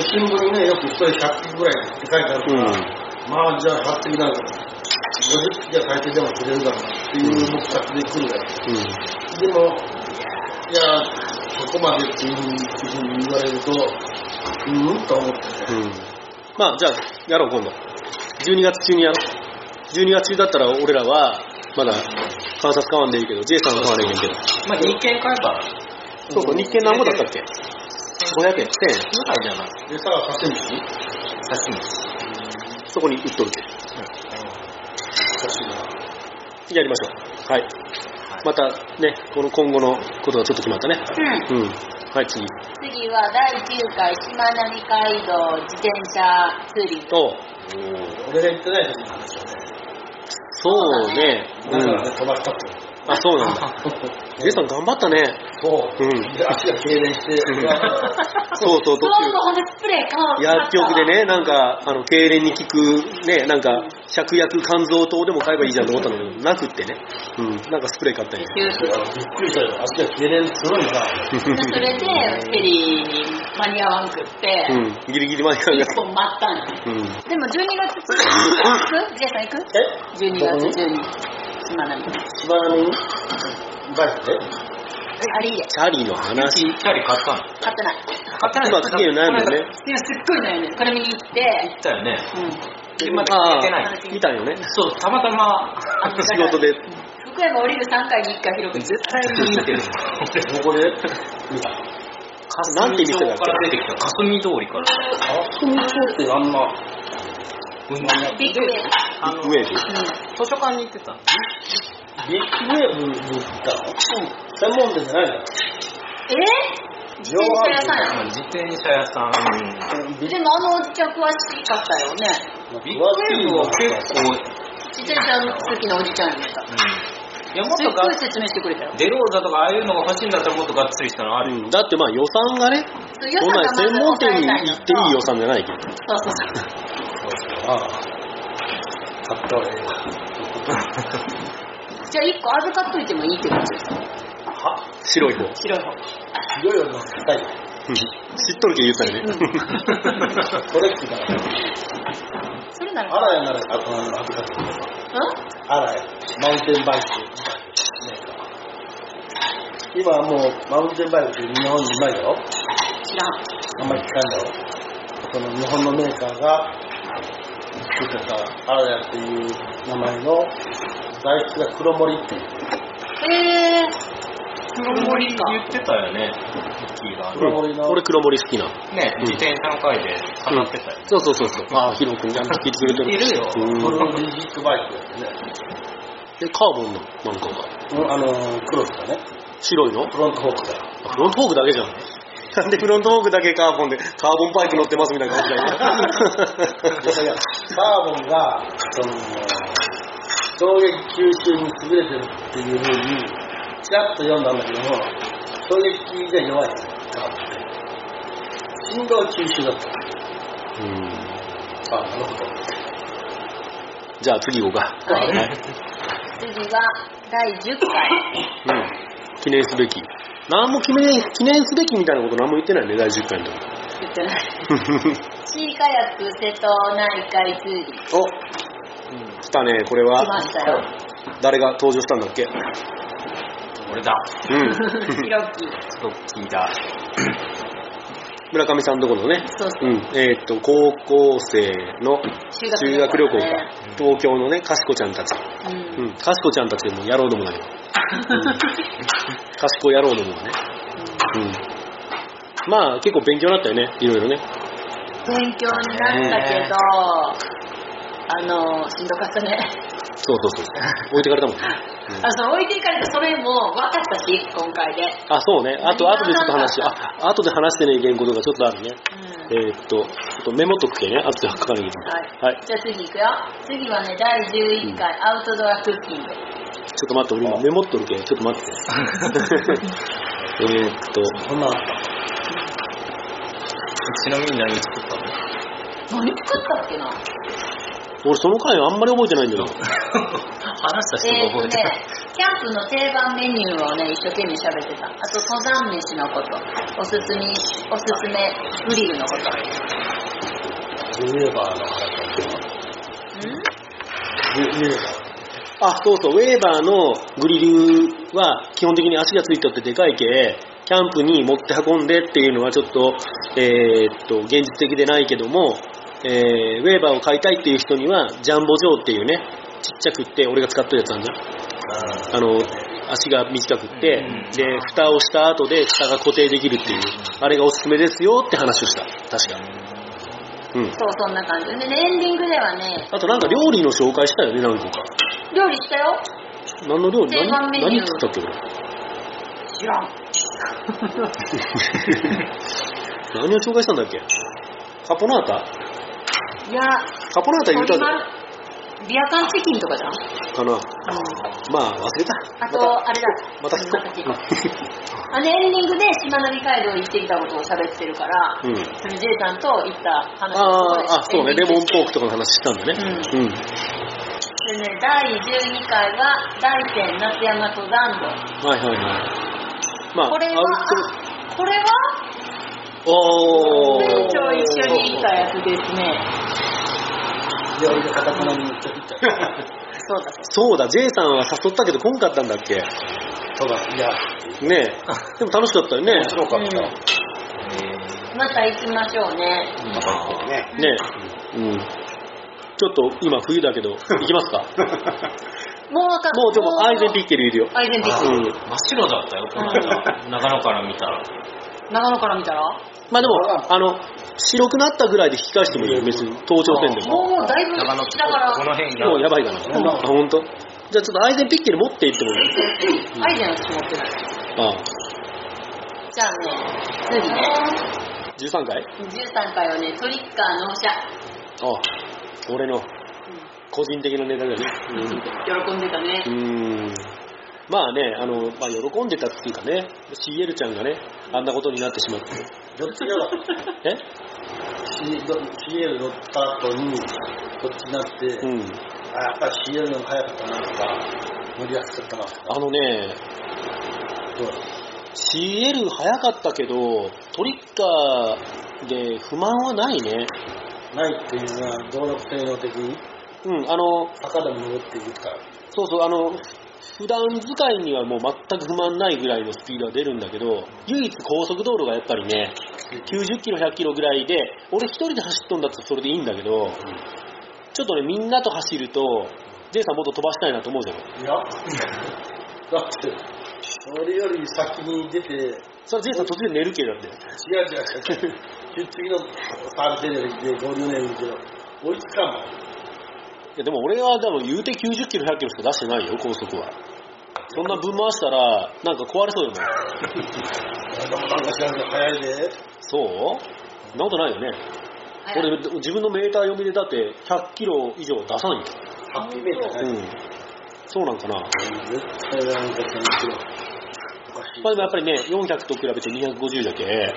S3: 新聞にねよく一人100匹ぐらいって書いてあるから、まあじゃあ100匹なんだ50匹じゃ最低でも釣れるだろうっていう目標で来るんだよ、
S1: うん。
S3: でも、いや、ここまでっていうふうに言われると、うんと思ってね。
S1: うん。うん。まあ、じゃあ、やろう、今度。12月中にやろう。12月中だったら俺らは、まだ観察買わんでいいけど、J さんは買わんでいいけど。
S4: まあ、日券買えば、
S1: そうそう、日券何ぼだったっけ ?500 円、1000円。
S4: ぐらいじゃない。
S3: で、さあ、刺身し
S4: 刺身。
S1: そこに売っとるけ。やりましょう。はい。またね、この今後のことがちょっと決まったね。
S2: うん。
S1: うん。はい、次。
S2: 次は第9回しまなみ海道自転車ツーリング。
S1: と、
S3: 俺が言ってない時の話をね、
S1: そうね。う
S3: だか
S1: ん
S3: らね、飛ばしたって。
S1: あ、そうなんだ。ジェイさん頑張ったね。
S3: そうう。
S1: ん
S3: で足が痙攣して、
S1: そうそう、途
S2: そう
S1: 中
S2: そう、。ほんでスプレー買おう
S1: 薬局でね、なんか、あの、痙攣に効く、ね、なんか、芍薬肝臓糖でも買えばいいじゃんと思ったんだけど、なくってね。うん、なんかスプレー買ったんや。
S2: 吸収
S3: びっくりしたよ。足が痙攣すごいな。
S2: それでフェリーに間に合わんくって、
S1: うん、ギリギリまで考え
S2: 一本待ったんです
S1: た。うん。
S2: でも12月1日行くジェイ
S1: *laughs*
S2: さん行く ?12
S3: え
S2: 月12日しまなみ
S3: しばらみバイクで
S2: ありで
S1: チャリの話。
S4: チャリ買った
S2: 買
S4: の
S2: ってない
S4: 買ってない
S1: まあ次の悩みね
S2: 今すっごい悩んでるこれ見に行って
S4: 行ったよね。
S2: うん
S4: まだ聞いてない。
S1: 見たんよね。
S4: そう、たまたま、
S1: 仕事で。
S2: 福山降りる3回に1回広く
S4: 絶対見て *laughs* る。
S3: ここで
S1: なんて店だっ
S4: か
S1: け
S4: ら出てきた。霞通りから。
S3: あそこに行こうってあんま、
S4: うん
S2: ビッグウェーブ
S4: あの
S1: ウェーブ。
S4: 図書館に行ってたの。
S3: ビッグウェーブに行ったの専門店じゃないの
S2: え自転車屋さんや
S4: 自転車屋さん。
S3: ビッ
S2: でもあのおっちゃん詳しかったよね
S3: グ
S4: ビッグウェーブは結構、うん。
S2: 自転車好きなおじちゃんやった
S4: いや、もっ
S2: すっ
S4: と
S2: ご
S4: が
S2: い、説明してくれたよ
S4: デローザとかああいうのが欲しいんだったらもっとがっつりしたのある。
S1: うんだってまあ予算がね、
S2: 予
S1: こん
S2: 算
S1: な
S2: が
S1: ん専門
S2: まず
S1: 店
S2: 抑え
S1: に
S2: たいの
S1: 行っていい予算じゃないけど。
S2: そうそうそう
S3: 買ったわよ。
S2: じゃあ1個預かっといてもいいってことですか
S1: 白い方。
S2: 白い方
S3: いよいよの高い。
S1: うん知っとるけど言うたよね。 *laughs*
S3: トレックだから。
S2: それなら
S3: あらやなら、あとあの、預かってる
S2: う
S3: あらや。マウンテンバイク。今はもう、マウンテンバイクって日本にうまいだろ
S2: ん知らん
S3: あんまり聞かんだろその日本のメーカーが作ってたアラヤっていう名前の材質が黒森っていう
S2: えー
S4: 黒森か。言ってたよね。ミッキーが
S3: 黒森の
S1: *laughs* 俺黒森好きな。
S4: ね、
S1: うん
S4: 自転車の回で語ってたよ。
S1: そうそうそうそう。ああ、ヒロ君ちゃんと聞いてくれてる。
S4: いるよ
S1: うん
S3: ブルーリジックバイクですね、
S1: で、カーボンのなんかが。
S3: うんあのクロスだね
S1: 白いの
S3: フロントフォークだ
S1: あフロントフォークだけじゃん。なんでフロントフォークだけカーボンで、カーボンバイク乗ってますみたいな感じ
S3: いやいやカーボンがその衝撃吸収に優れてるっていうふうにちらっと読んだんだけども衝撃が弱いカーボンって振動吸収だった
S1: うん
S3: あなるほど
S1: じゃあ次行こうか。
S2: はい次は第10
S1: う
S2: 回
S1: ん。記念すべき。何も記念記念すべきみたいなこと何も言ってないね、第10回の時。
S2: 言ってないシーカヤック瀬戸内海ツーリー
S1: *laughs* お来たね、これ
S2: 来
S1: は
S2: ま。したよ
S1: 誰が登場したんだっけう
S4: 俺だ。
S1: ん。
S2: *laughs* ヒロキ
S4: ストッキーだ。
S1: 村上さんとこのね、
S2: そうそう
S1: うん、えーっ、と、高校生の
S2: 修学
S1: 修
S2: 旅行
S1: 学旅行か、
S2: ね
S1: 東京のね、かしこちゃんたち。
S2: う
S1: うんん、かしこちゃんたちでも野郎どもだけど。かしこ野郎どもがね。うん。まあ、結構勉強になったよね、いろいろね。
S2: 勉強になったけどあのしんどかったね
S1: そうそうそう。置いてかれたもんね。うん
S2: あそう置いていかれたそれも分かったし今回で
S1: あ、そうね。あと、
S2: 何が
S1: 後でちょっと話し、あ、後で話してねいけんことがちょっとあるね。
S2: うん
S1: えーっと、ちょっとメモっとくけね。後で書かなきゃいけない。
S2: は
S1: はいい。、
S2: じゃあ次いくよ次はね第11回アウトドアクッキング
S1: ちょっと待って、俺今メモっとるけん。ちょっと *laughs* 待って。えーっと、
S3: こんなのあった
S4: ちなみに何作ったの
S2: 何作ったっけな
S1: 俺その回あんまり覚えてないんだよな。
S4: 話した人
S2: えー、
S4: が
S2: と
S4: 覚
S2: ね
S4: えてない。、
S2: キャンプの定番メニューをね、一生懸命喋ってた。あと、登山飯のこと。おすすめ、おすすめグリルのこと。
S3: ウェーバーの話をしてます。
S2: ん
S3: ウェー
S1: あ、そうそう、ウェーバーのグリルは基本的に足がついとってでかいけ、キャンプに持って運んでっていうのはちょっと、えーっと、現実的でないけども、えーウェーバーを買いたいっていう人には、ジャンボジョーっていうね、ちっちゃくって、俺が使ってるやつあるじゃん。
S3: バ
S1: あの、足が短くって、
S4: うん
S1: で、蓋をした後で下が固定できるっていう、あれがおすすめですよって話をした。確か。うん。
S2: そう、そんな感じ。でね、エンディングではね、
S1: あとなんか料理の紹介したよね、何個か。
S2: 料理したよ。
S1: 何の料理
S2: 定番
S1: 何
S2: メニュー
S1: 何食ったっけ俺。
S2: 知らん。
S1: 何を紹介したんだっけカポナータ
S2: いや、
S1: カポナータ言うた
S2: 鳥
S1: か
S2: 丸、ビアカンチキンとかじゃん
S1: なまあ、忘れた。ま
S2: あ
S1: た
S2: と、あれだ。
S1: また聞こ
S2: 聞
S1: う。
S2: こうあのエンディングでしまなみ海道行ってきたことを喋ってるから、
S1: うん。うん
S2: それ J さんと行った話
S1: ああ、あ、そうね、レモンポーク
S2: と。
S1: とかの話したんだね。う
S2: う
S1: ん。
S2: でね、第12回は、大山夏山登山道。
S1: はいはいはい。まあ、
S2: これは、
S1: ア
S2: あこれは、
S1: ウト、おー。
S2: 船長一緒に行ったやつですね。
S3: 病院の片手に持ってきた。
S2: そうだそう
S1: そうだ、J さんは誘ったけど来んかったんだっけ
S3: そうだ、いや、
S1: ねえ。でも楽しかったよね。
S4: 面白かった。
S2: うんだ。また行きましょうね。
S4: また行こうね。
S1: ねえ。うん。ちょっと今冬だけど、行きます
S2: *laughs*
S1: か
S2: もうわか
S1: もうでもアイゼンピッケルいるよ。
S2: アイゼンピック。
S1: うん。
S4: 真っ白だったよ、この間。長野から見たら。
S2: 長野から見たら
S1: まあでも、あの、白くなったぐらいで引き返してもいいよ、別に。東頂線でも。
S2: もうだいぶ、だ
S4: 長野って
S2: から、
S4: この辺が。
S1: もうやばいかな。
S3: ん
S1: あ、ほんとじゃあちょっとアイゼンピッケル持って行ってもいい
S2: アイゼン私持ってない。
S1: ああ。
S2: じゃあね、次ね。
S1: 13回
S2: 13回はね、トリッカー納車。
S1: ああ。俺の個人的なネタだよね。
S2: 喜んでたね
S1: う。ん。まあね、あの、まあ喜んでたっていうかね、CL ちゃんがね、あんなことになってしま *laughs* って。
S3: どっちが、
S1: え
S3: C- ど CL 乗った後に、こっちになって、
S1: うん。
S3: あ、やっぱり CL の方が早かったなとか、乗りやすかったなとか、
S1: あのね、
S3: どうだ
S1: CL 早かったけど、トリッカーで不満はないね。
S3: ないっていうのは、道路性能的に、
S1: うん、あの、
S3: 坂でも登っていくから。
S1: そうそう、あの、普段使いにはもう全く不満ないぐらいのスピードは出るんだけど、唯一高速道路がやっぱりね、90キロ、100キロぐらいで、俺一人で走っとんだったらそれでいいんだけど、ちょっとね、みんなと走ると、ジェイさんもっと飛ばしたいなと思うじゃん。
S3: いや、だって、俺より先に出て、違う違う違う、
S1: それジェイさん途中で寝るけどだって。
S3: 次のサービスエリアで50年いるけど、追いつかんもん。
S1: いやでも俺は多分言うて90キロ、100キロしか出してないよ、高速は。そんなぶん回したら、なんか壊れそうよね。
S3: でもなんか知らんけど、早いで。
S1: そうそんなことないよね。俺、自分のメーター読みでだって100キロ以上出さんよ。
S3: ハッピーメーター
S1: う
S3: ね。
S1: ん。そうなんかな。
S3: 絶対なんか知らんけど、おかしい
S1: まあでもやっぱりね、400と比べて250だけ、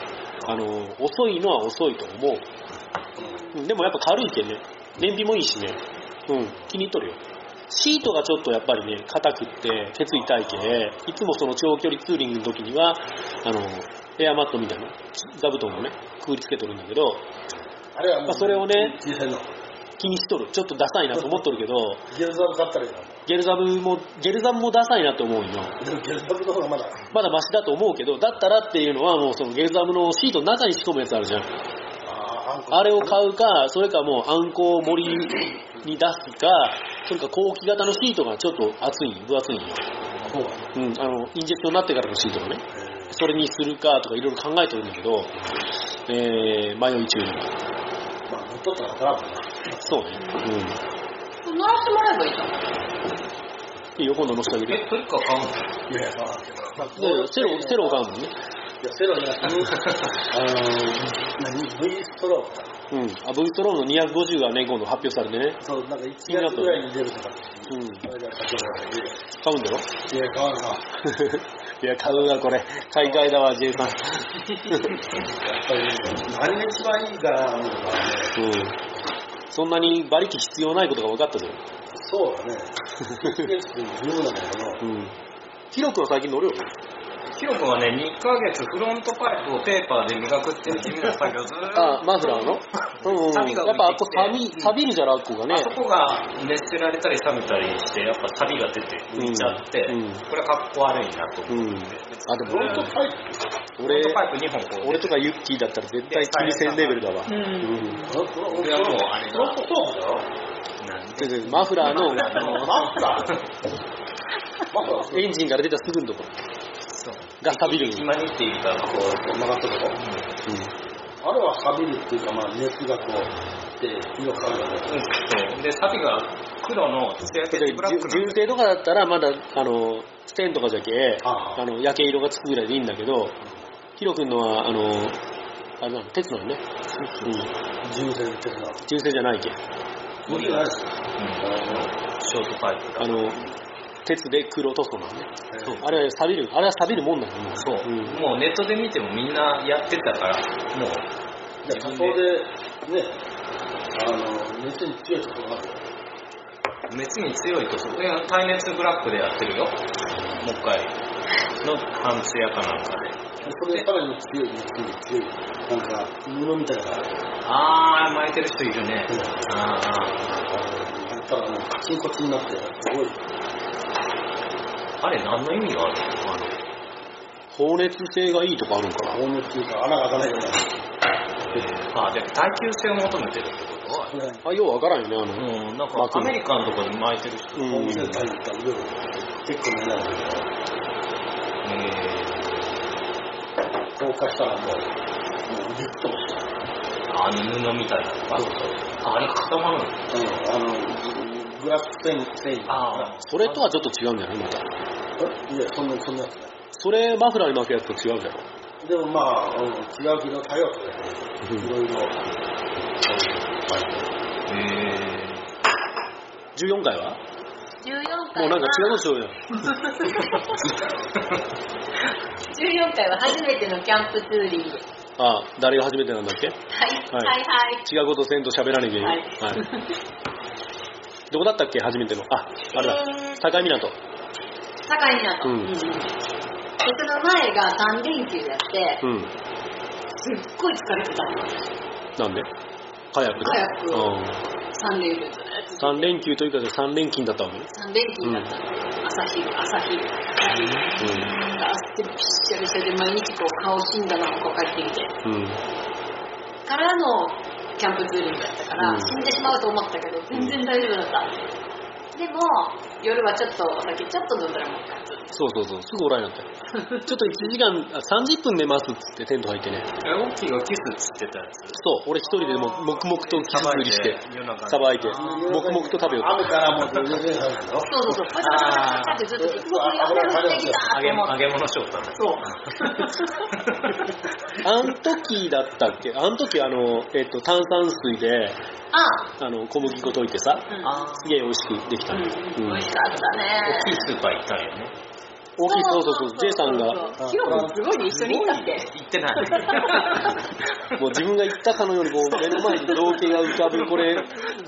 S1: あの、遅いのは遅いと思う。うん、でもやっぱ軽いけんね。燃費もいいしね。うん、気に入っとるよ。シートがちょっとやっぱりね、硬くって、鉄痛いけんいつもその長距離ツーリングの時には、あの、エアマットみたいな、座布団をね、くぐりつけとるんだけど、
S3: あれはも
S1: まあ
S3: う、
S1: それをね
S3: 小さいの。
S1: 気にしとる。ちょっとダサいなと思っとるけど、
S3: ゲルザブ買ったらいいな。
S1: ゲルザブも、ゲルザブもダサいなと思うよ。
S3: でもゲルザブの方がまだ、
S1: まだマシだと思うけど、だったらっていうのはもうそのゲルザムのシートの中に仕込むやつあるじゃん。
S3: あーあんこ
S1: あれを買うか、それかもうあんこを森に出すか、それか後期型のシートがちょっと厚い、分厚いんよ。
S3: こうは
S1: うん、あの、インジェクトになってからのシートがね。それにするかとかいろいろ考えてるんだけど、えー、迷い中に。
S3: まあ、乗っとったら分からんもんな。
S1: そうね。
S2: 乗らせてもらえばいいじゃん。
S1: うん。いいよ、今度乗せてあげるよ。
S4: え、トリッカー買うの
S3: いやいや、まあけどまあ
S1: でセロ、セロ買うもんね。
S3: いや、セロには、あの、何 ?V ストロークか。
S1: うん。あ、V ストロームの250がね、今度発表されてね。
S3: そう、なんか1月ぐらいに出るとか。
S1: うん。
S3: それだったらい
S1: 買うんだろ
S3: いや、変わるな。
S1: いや、買うわ、これ。買い替えだわ、J さん。
S3: やっぱり、何が一番いいかな、思うのはね
S1: うん。そんなに馬力必要ないことが分かったじゃん。
S3: そうだね。1年生十分なんだけど、
S1: うん。ヒロ君は最近乗るよね。
S4: ヒロ君はね、2ヶ月フロントパイプをペーパーで磨くっていう地味な作業ずーっと。
S1: あ、マフラーのうんうん。
S4: 錆が浮いてきて
S1: やっぱあっこ錆び、錆びるじゃん、あっこがね
S4: あ。そこが熱せられたり冷めたりして、やっぱ錆が出て浮いちゃって、
S1: うんうん
S4: これは格好悪いなと思って。
S1: うん。あ、で
S4: フ
S1: も
S4: ロントパイプフロン
S1: 俺
S4: ト、パイプ2本こう。
S1: 俺とかユッキーだったら絶対気にせんレベルだわ。
S2: う。
S1: うんん。
S4: 俺はもうあれだ。
S3: そうそうだよ。
S4: なんで
S1: ででマフラーの、
S3: マフラー。マフラー。
S1: エンジンから出たすぐのところ
S4: そう
S1: が錆びるんよ
S4: 隙間にっていうか、こう、
S3: 曲がったとこあれは錆びるっていうか、まあ、熱がこう、で、色変わるよね。
S4: うんそうで、錆が黒の艶
S1: そ
S4: 消
S1: れ
S4: し
S1: で
S4: ブラックの
S1: 純正とかだったらまだあのステンとかじゃけ
S3: ああ
S1: あの焼け色がつくぐらいでいいんだけどヒロ君のはあのあれなの鉄なのね、うん、
S3: 純正っていうのは。
S1: 純正じゃないけ
S3: 無理ないですよ。
S4: うんショートパイプだ
S1: あの鉄で黒塗装なんで、
S4: ん
S1: そうあれは錆びるあれは錆びるもんなんだよ
S4: そう、
S1: ん
S4: もうネットで見てもみんなやってたから、も
S3: じゃ
S4: う、
S3: あ仮想で、ね、あの、熱に強いところがある。
S4: 熱に強いとそこで耐熱ブラックでやってるよ。もう一回の貫通やかなんかで。
S3: それさらに強い熱に強い。なんか、布みたいなのがある。
S4: あー、巻いてる人いるね。
S3: うん
S4: あー
S3: あのやったらもうカチンコチンになって、すごい。
S4: あれ何の意味があるのあの
S1: 放熱性がいいとかあるんかな
S3: 大熱っていうか穴が開かないような。
S4: あ、で、耐久性を求めてるってことは、
S1: あようわからんよねあの、
S4: うん、なん
S1: 巻
S4: か
S1: く
S4: アメリカンとかで巻いてる人、
S1: うん
S3: ホームセンターに行ったら、結構みんなの高架したらもう、もうギュッともして
S4: あの布みたいなのが
S3: そうそう
S4: ああれ固まるの
S3: あの、グラス繊維、繊維。
S4: あー
S1: それとはちょっと違うんじゃないまた
S3: えいや、そんな、そんなやつない。
S1: それマフラーに巻くやつと違うじゃろ
S3: でもまあ、うん、違うけど、多様とかね
S1: うん
S3: いろいろ。
S4: え
S1: 14回は
S2: 14
S1: もう
S2: 回
S1: な
S2: は
S1: んか違うのしようや
S2: 14回は初めてのキャンプツーリング。
S1: あ誰が初めてなんだっけ
S2: はい、
S1: はい
S2: はい、はい。
S1: 違うことせんと喋らねえけん、
S2: はい
S1: どこだったっけ初めてのああれだ
S2: え
S1: 境港
S2: ー堺になった。
S1: うん
S2: で、その前が3連休やって
S1: う、ん
S2: すっごい疲れてたの。
S1: なんでカヤック
S2: カヤックを
S1: う
S2: 3連休ずっ
S1: ん、3連休というかじゃ3連勤だったわけね、
S2: と3連休だったの。朝昼、朝昼。汗びっしゃびしゃで毎日こう顔死んだままこう帰ってきて。
S1: うんうん
S2: からのキャンプツーリングだったから、
S1: うん
S2: 死んでしまうと思ったけど全然大丈夫だった、でも夜はちょっとお酒ちょっと飲んだらもう一回ずっ
S1: そうそうそうすぐおらんや *laughs* ったよちょっと1時間あ30分寝ますっつってテント入ってね
S4: ー、えオッキーがキスっつってたやつ
S1: そう俺一人でもう黙々とキス売りして
S4: 夜中に
S1: さばいて
S4: あ
S1: 黙々と食べよ
S3: 雨からもう全然入るの。
S2: とそうそうそうパシャパシャパシャパシャってずっと
S3: あー
S2: 僕にやってるきた
S4: ー揚げ
S2: と思
S4: 揚
S2: って
S4: げ物ショータ
S2: そう
S1: うあん時だったっけあん時あの、えっと炭酸水で
S2: あ
S1: あの小麦粉溶いてさ
S2: うん
S4: あ
S1: すげえ美味しくできたね、
S2: うん
S1: うん
S2: 美味しかったね
S4: 大きいスーパー行ったんよね
S1: 大きいそうそうそう J さんが
S2: ヒロ君すごいね一緒に行ったって
S4: 行ってない
S1: もう自分が言ったかのようにこう目の前に造形が浮かぶこれ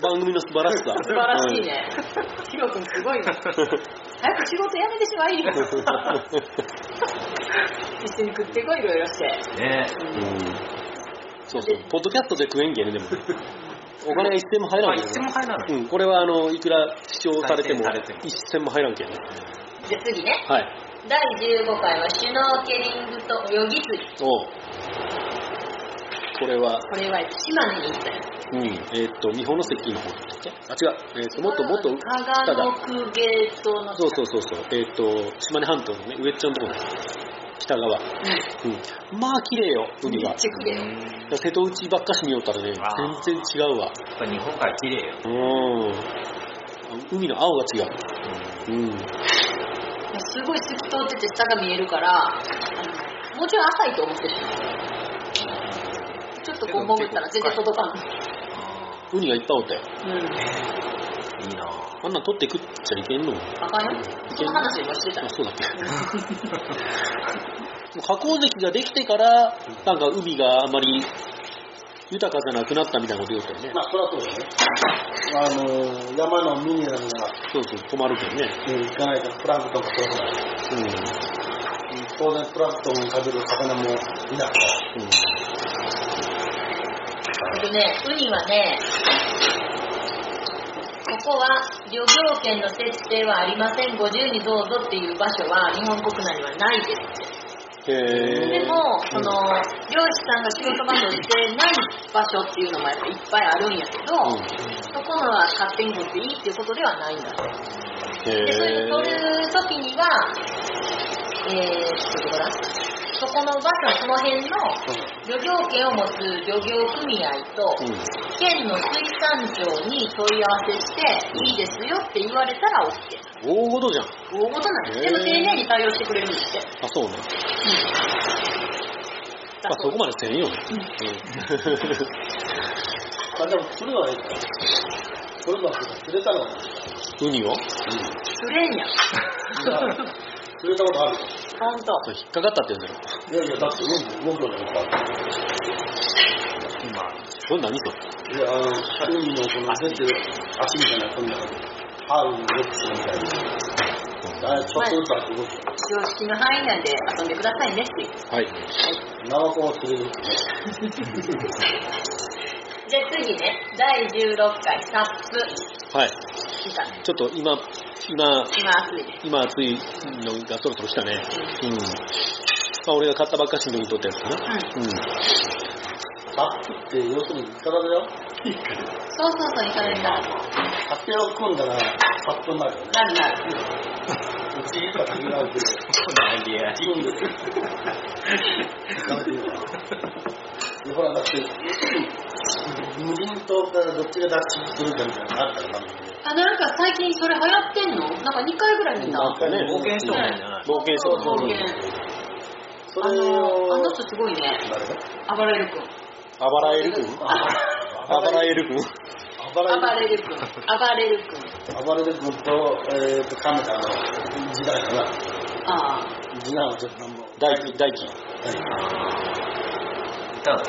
S1: 番組の素晴らしさ
S2: 素晴らしいねヒロ君すごいね早く仕事辞めてしまい
S1: *laughs*
S2: 一緒に食ってこいいろいろして
S4: ね
S1: うん、うんそうそうポッドキャストで食えんけねでもお金が一銭も入ら
S4: あ
S1: んけ
S4: 一銭も入らない、
S1: うん、これはあのいくら視聴されても
S4: 再生されても
S1: 一銭も入らんけね
S2: じゃあ次ね
S1: はい
S2: 第15回はシュノーケリングと泳ぎ釣り
S1: おうこれは
S2: これは島根に行ったよ
S1: うんえーっと日本の関の方だったっけあ違うえーっともっともっと
S2: 加
S1: た
S2: 賀
S1: だ
S2: の公ゲートの
S1: そうそうそうそう、えーっ、と、島根半島のね、上っちょのところ北側。うん。まあ、綺麗よ、海
S2: め
S1: が
S2: っ。ちゃ綺麗よ
S4: うんやっ
S1: 瀬戸内ばっかし見よったらね
S4: あ、ー
S1: 全然違うわ。
S4: ぱ日本海綺麗よ、
S1: うん。海の青が違う。うん。
S2: すごい透き通ってて下が見えるからあのもちろん浅いと思ってるちょっとこう潜ったら全然届かん
S4: あ
S1: ウニがいっぱいおったよ。
S2: うん
S4: ーいいなぁ
S1: あんなん取って食っちゃいけんのあ
S2: あかんよその話もしてた
S1: そうだっけ。
S2: *laughs*
S1: もう加工石ができてから、なんか海があんまり豊かじゃなくなったみたいなこと言うたよね
S3: ま。あ、それはそうだね。あの、山のミネラルが、
S1: そうそう、止まるけどね。
S3: うん、行かないから、プランクトンが取れない。うん当然、プランクトンを食べる魚もいなくな
S1: うん。うん
S2: えっとね、ウニはね、ここは漁業権の設定はありません、ご自由にどうぞっていう場所は日本国内にはないです。
S1: へえ。
S2: でも、その、漁師さんが仕事場としてない場所っていうのもやっぱいっぱいあるんやけど、
S1: うん
S2: そこのは勝手に取っていいっていうことではないんだって。
S1: へ
S2: で、それ
S1: え
S2: で。取る時には、えーっと、どこだそこの場所、その辺の漁業権を持つ漁業組合と、
S1: うん。
S2: 県の水産庁に問い合わせして、いいですよって言われたら OK。
S1: 大ごとじゃん。
S2: 大ごとなんです。
S1: へー
S2: でも丁寧に対応してくれるんですって。
S1: あ、そうね。まあ、そこまでせんよね。う *laughs*
S3: る。あ、でも、釣るのはいいから。釣るのは釣れたのは、
S1: ん。ウニを
S2: 釣れ *laughs* んやん。
S3: 釣れたことある
S2: ほんと。
S1: そう引っかかったって言うんだよ。
S3: いやいや、だって僕僕のなんかある
S1: これ何それ
S3: いや、あの、海のこの、出てる足みたいな、こんな、ハーブのロックスみたいな。あれ、ちょっとずつあって動く。
S2: 常識の範囲内で遊んでくださいねっていう。
S1: はい。
S3: ナワコを釣れる。
S2: じゃあ次ね、第16回、サップ。
S1: はい。
S2: 来たね。
S1: ちょっと今、今、
S2: 今暑いで
S1: 今暑いのがそろそろ来たね。うん。まあ俺が買ったばっかしの時に撮ったやつかな。
S2: す。
S1: うん。
S3: サップって、要するに、イカダだよ。
S2: うん。そうそうそう、行かれた。
S3: 竹を組んだら、パッとなるよね。
S2: なるなる。
S3: うちいか竹があるけど、
S4: アイディア。
S3: 組んでる。食べてみようでほら、だって、無人島からどっちが脱出するかみたいなのあったらなんだけど。
S2: あ、なんか最近それ流行ってんのなんか2回ぐらい見た。
S3: なんかね
S4: 冒険してもいいんじゃない
S1: 冒険し
S2: そ
S1: て
S2: う
S1: も
S2: そう、
S1: いい
S2: 冒険。
S3: そ
S2: あ
S3: れを、
S2: の、あの人すごいね。
S3: 誰だ
S2: あばれる君。
S1: あばらえる君あばらえる君
S3: 暴
S2: あば
S3: れ
S2: れる君。あばれる君。
S3: 暴れてくると、えー、と、カメタの時代かな。
S2: ああ。
S3: 次男はちょっとなんも。
S1: 大輝、大輝。
S4: ただ、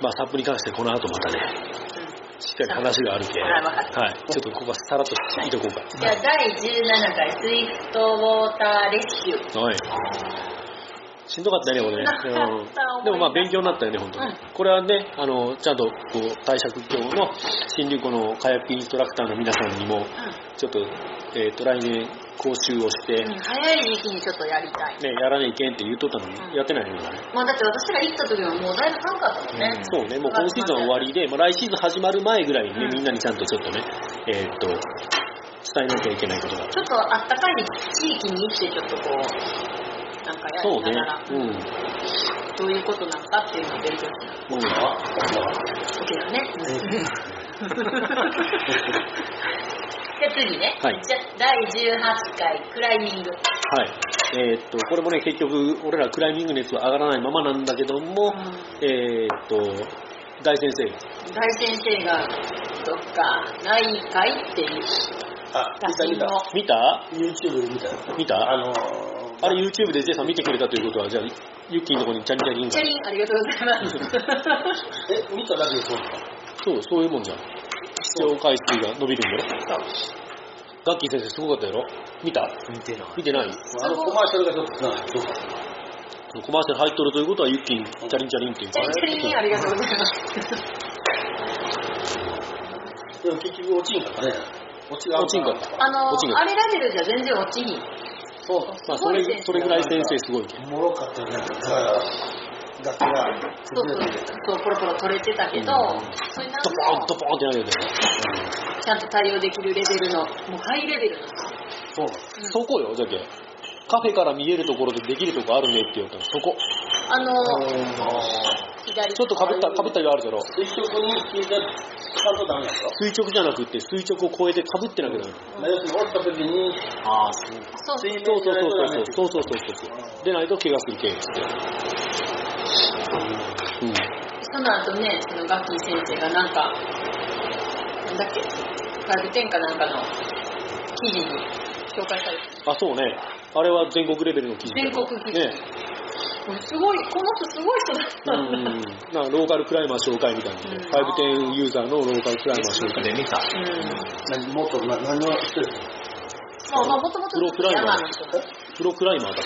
S1: まあサップに関してこの後またね、
S2: うん
S1: しっかり話があるけん。
S2: はいわかった
S1: はい。ちょっとここはさらっと聞いとこうか。
S2: じゃあ第17回、スイフトウォーターレスキュー。
S1: はい。しんどかったね、これね。
S2: しんどかった
S1: うんでもまあ勉強になったよね、本当に。
S2: うん
S1: これはね、あの、ちゃんとこう、大尺教の新流湖のカヤックインストラクターの皆さんにも、ちょっと、えっ、と、来年講習をして、
S2: うん、
S1: ね、
S2: 早い時期にちょっとやりたい。
S1: やらねえけんって言っとったの
S2: うん
S1: に、やってないのがね。
S2: まあだって私ら行った時はもうだいぶ寒かったもんね。
S1: そうね、もう今シーズンは終わりで、まあ、来シーズン始まる前ぐらいにね、
S2: うん
S1: みんなにちゃんとちょっとね、えっ、と、伝えなきゃいけないことがある。
S2: ちょっとあったかい地域に行ってちょっとこう、なんかや
S1: そう
S2: り
S1: ね
S2: ながら、、
S1: うん。うん。
S2: どういうことなのかっていうのを勉強しなきゃね。 *laughs* じゃあ次ね。
S1: はい
S2: じゃあ第18回、クライミン
S1: はい。
S2: グ。
S1: えーっと、これもね、結局、俺らクライミング熱は上がらないままなんだけども、
S2: う
S1: えーっと、大先生が、
S2: 大先生が、どっか、ないかいっていう
S3: あ、
S2: 写
S3: 見た
S2: 真
S3: 見
S2: を
S3: た。
S1: 見た
S3: YouTube で見たよ。
S1: 見た
S3: あ
S1: あ
S3: のー、
S1: れ YouTube で J さん見てくれたということは、じゃあ、ユッキーのところにチャリチャリイン
S2: チ
S1: が
S2: ャ。リン、ありがとうございます。
S1: *laughs*
S3: え、見ただけでそうなの
S1: そう、そういうもんじゃん。視聴回数が伸びるんだろ。ガッキー先生すごかったやろ見た
S4: 見てない。
S1: 見てない
S3: あのコマーシャルがちょっとつながって
S1: コマーシャル入っとるということは、ユッキーチャリンチャリンっていう
S2: チ
S1: か
S2: ャリン、チャリン、ありがとうございます。
S3: でも結局落ちんかったね。落ちが
S1: 落ちんかった
S2: あの
S1: 落ちる
S2: ー、あれレベルじゃ全然落ちひん。
S3: そうだ。
S1: まあ、それ、それぐらい先生すごいけん。
S3: もろかったよね。だから、だから、
S2: そうそう、そう、ポロポロ取れてたけど、それなん
S1: ドボーン、ド
S2: か、
S1: ボーンってなるよね。
S2: ちゃんと対応できるレベルの、もうハイレベルの。
S3: そう
S1: そこよ、じゃけ。カフェから見えるところでできるとこあるねって言ったの。そこ。
S2: あのー、
S3: だ。
S2: 左。
S1: ちょっとかぶった、かぶったよあるじゃろ。
S3: 垂直に聞いたら、ちゃんとダメなんだよ。
S1: 垂直じゃなくて、垂直を超えてかぶってなくなる。
S3: 要するに折った時に、
S4: ああ、そう。
S2: そう
S3: 水面
S1: そう
S3: じ
S1: そ
S3: ゃ
S1: う
S3: ないとダメって
S1: そうそうそうそうそうそう。でないと怪我するけん。うん。
S2: その後ね、そのガッキー先生がなんか、なんだっけ、外部転かなんかの記事に紹介されて、
S1: あ、そうね。あれは全国レベルの記事だよ。
S2: 全国記事
S1: ね。
S2: もうすごい、この人すごい人だっ
S1: う
S2: たんだ。
S1: ん。なんかローカルクライマー紹介みたいなね。
S2: うん
S1: 510ユーザーのローカルクライマー紹介。
S4: で見た。
S2: うん
S3: 何もっとな何をしてる
S2: まあまあ、もともと山の人だった
S1: プロクライマーだって。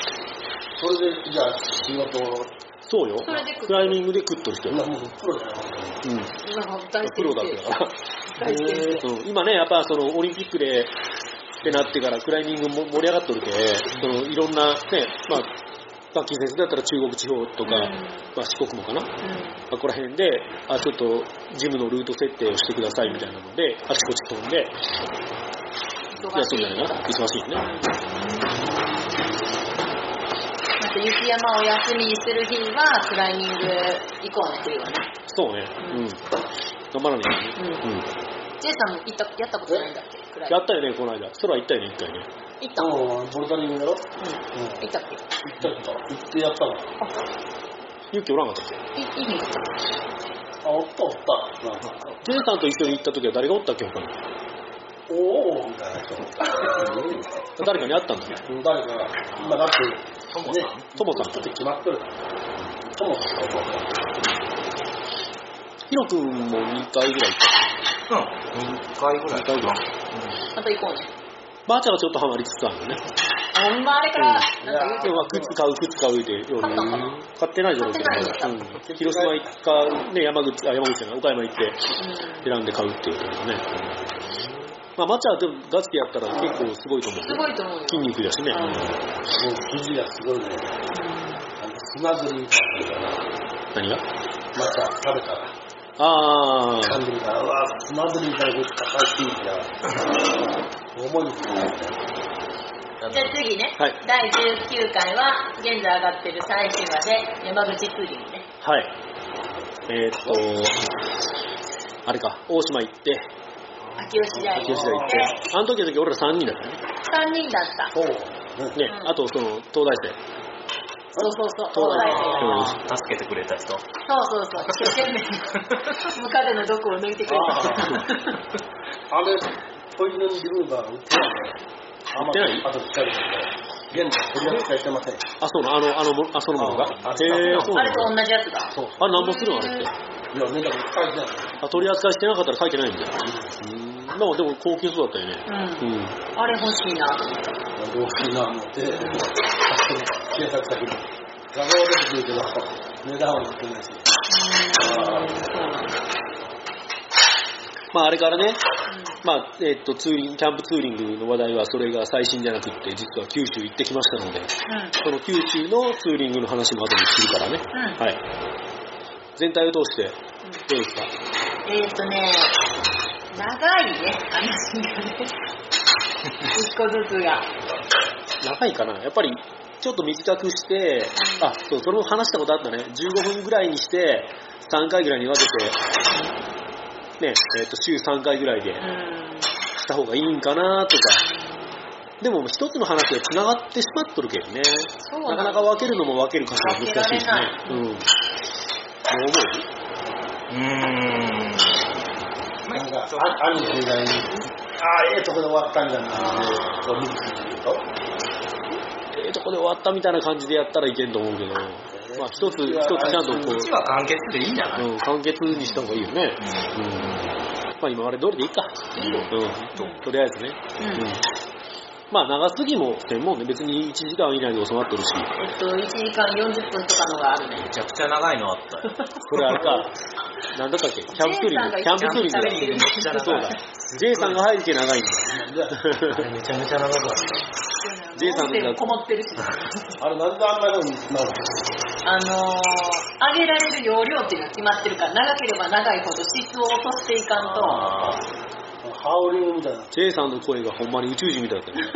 S3: それで、じゃあ、仕事を、
S1: そうよ
S2: それで食っ。て
S1: クライミングで食っとる人
S3: そん
S1: よ
S3: な。もうプロじゃない
S1: うん。
S2: なんか大先
S1: プ
S2: 生
S1: ロだけだから。
S2: 大先生。
S1: うん今ね、やっぱそのオリンピックでってなってからクライミングも盛り上がっとるけ、そのいろんなね、まあ、バッキー先生だったら中国地方とか、
S2: うん
S1: まあ、四国もかな、ま
S2: う
S1: あ、
S2: ん
S1: こら辺で、あ、ちょっとジムのルート設定をしてくださいみたいなので、あちこち飛んで、
S2: 忙
S1: 休
S2: し
S1: ん
S2: い
S1: だよな、忙しいね。
S2: なんか雪山を休みにする日はクライミング行こうね冬はね
S1: そうね、うん。頑張らないとね。
S2: うん
S1: うん。
S2: ジェイさんも行ったやったことないんだっけクライミ
S1: や
S2: ン
S1: ったよね、この間。空行ったよね、一回ね。
S2: グ行ったの、うん、
S3: の。もう、ボルダリングだ
S2: 行
S3: ろ
S2: ったっけ
S3: 行ったこと行ってやったの。
S1: 勇気おらんかったっけ
S2: いいい日に行った
S3: あ、おったおった。なんか
S1: ジェイさんと一緒に行った時は誰がおったっけ、他に。
S3: おおみたいな
S1: *laughs*
S3: 人。
S1: 誰かに会ったんだね。
S3: 誰か、まあだって、
S4: トモさん
S3: ね
S1: トモさん
S3: ちょっと決まっとるから。トモさんとか
S1: ヒロ君も2回ぐらい行った。
S4: うん。2回ぐらいかな。
S2: また行こうね。
S1: ばあちゃんはちょっとハマりつつあるのね。
S2: あ、ほんまあれから、
S3: うん
S2: なんか言
S1: 今日
S2: うても
S1: は靴買う、靴買うって、夜
S2: 買ったのかな
S1: 買ってないじゃん、俺
S2: 買ってな
S1: うん
S2: いん
S1: 広島行くか、ね、山口、あ、山口じゃない、岡山行って
S2: うん
S1: 選んで買うっていうことだね。まあ、マチャはでもガチでやったら結構すごいと思う
S2: す
S1: ね。
S2: ごいと思うよ。
S1: 筋肉だしね。
S3: もう筋がすごいね。なんか砂ずりみたいなのがな。
S1: 何が
S3: また食べたら、
S1: あー
S3: 噛んでみたら、うわ、砂ずりみたいな高い筋肉が。重いです
S2: じ
S3: ね。
S2: ゃあ次ね、
S1: はい
S2: 第19回は現在上がってる最新話で山口ツーリングね
S1: はい。えーっと、あれか、大島行って、
S2: 秋吉台
S1: 秋吉台行っ
S2: で
S1: て、あの時の時俺ら3人だったね。
S2: 3人だった
S3: そう。
S1: ね、
S2: うん
S1: あとその、東大生。
S2: そうそうそう
S1: 東大
S2: 東大生
S1: うん
S4: 助けてくれた人。
S2: そうそうそう一生懸命ムカデの毒を抜いてくれ
S3: あ
S2: た
S3: あれ、ポイズンリムーバー売ってないね。あんま
S1: 売ってない
S3: あと疲れてて。現在取り扱いしてません。
S1: あ、そうなの、あの、あのも、あ、そのものが。
S3: ああれ
S1: へー、そう
S2: あ
S1: な
S2: れと
S1: の。
S2: 同じやつだ
S3: そう。
S1: あれ、なんぼするのあれって。
S3: いや、ね、だからいっぱいじゃん。
S1: あ取り扱いしてなかったら書いてないんだよ。うん。でも、でも高級そうだったよ
S2: う
S1: ね。うんん。
S2: あれ欲しいなと思った
S3: どうするな思って、検索先に画像出てくるけど、値段は載ってないし。
S2: うんそうなんだ
S1: まあ、あれからね、まあ、えっと、ツーリング、キャンプツーリングの話題は、それが最新じゃなくって、実は九州行ってきましたので、その九州のツーリングの話も後でするからね。
S2: うん
S1: はい。全体を通して、どうですか
S2: うんうんえっ、ー、とね長いね話がね一個ずつが
S1: 長いかなやっぱりちょっと短くして、あ、そう、それも話したことあったね。15分ぐらいにして、3回ぐらいに分けて、ね、えっ、と、週3回ぐらいで
S2: うん
S1: した方がいいんかなとか。でも、一つの話が繋がってしまっとるけどね。
S2: そう
S1: なか
S2: ん
S1: なか分けるのも分ける箇所が難しいしね。
S2: 分けられない
S1: うん。どう思う
S4: うーん。
S3: なんか、あ兄貴みたいに、ああ、ええとこで終わったみたいな感じで、こう見てくると、
S1: ええとこで終わったみたいな感じでやったらいけんと思うけど、まあ、一つ、一つちゃんとこ
S4: う
S1: う
S4: ち、は完結でいいんじゃない、
S1: うん、完結にした方がいいよね。うん。まあ今あれ通りでいいか。うん。とりあえずね。
S2: うん
S1: まあ長すぎも専門ね。別に1時間以内で収まってるし。
S2: えっと、1時間40分とかのがあるね。
S4: めちゃくちゃ長いのあったよ。
S1: これあれ
S4: *laughs*
S1: か。なんだったっけキャンプツーリング。キャンプツーリン
S4: キャンプツーリングめっち
S1: グだ。
S4: ゃ長い
S1: そうだ。J さんが入るけ長いんだ。
S4: あ *laughs* れめちゃめちゃ長かった。
S1: J さんが
S2: でもこもってるし。
S3: あれなんであんな風になる
S2: あのー、あげられる容量っていうのが決まってるから、長ければ長いほど質を落としていかんと。
S4: あー
S3: のハウリングみたいな。
S1: J さんの声がほんまに宇宙人みたいだったね。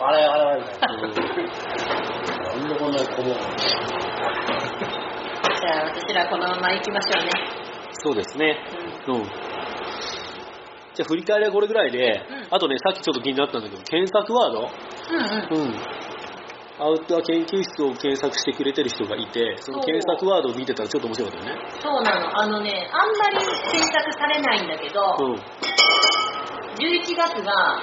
S3: あれあれあれみたいな。なんでこんなにこもるの
S2: *laughs* じゃあ、私らこのまま行きましょうね。
S1: そうですね。
S2: うん
S1: うん。じゃあ振り返りはこれぐらいで、
S2: ん
S1: あとね、さっきちょっと気になったんだけど、検索ワード
S2: うんうん。
S1: うん。アウトドア研究室を検索してくれてる人がいて、その検索ワードを見てたらちょっと面白かったよね。
S2: そうなの。あのね、あんまり選択されないんだけど、
S1: うん。
S2: 11月が、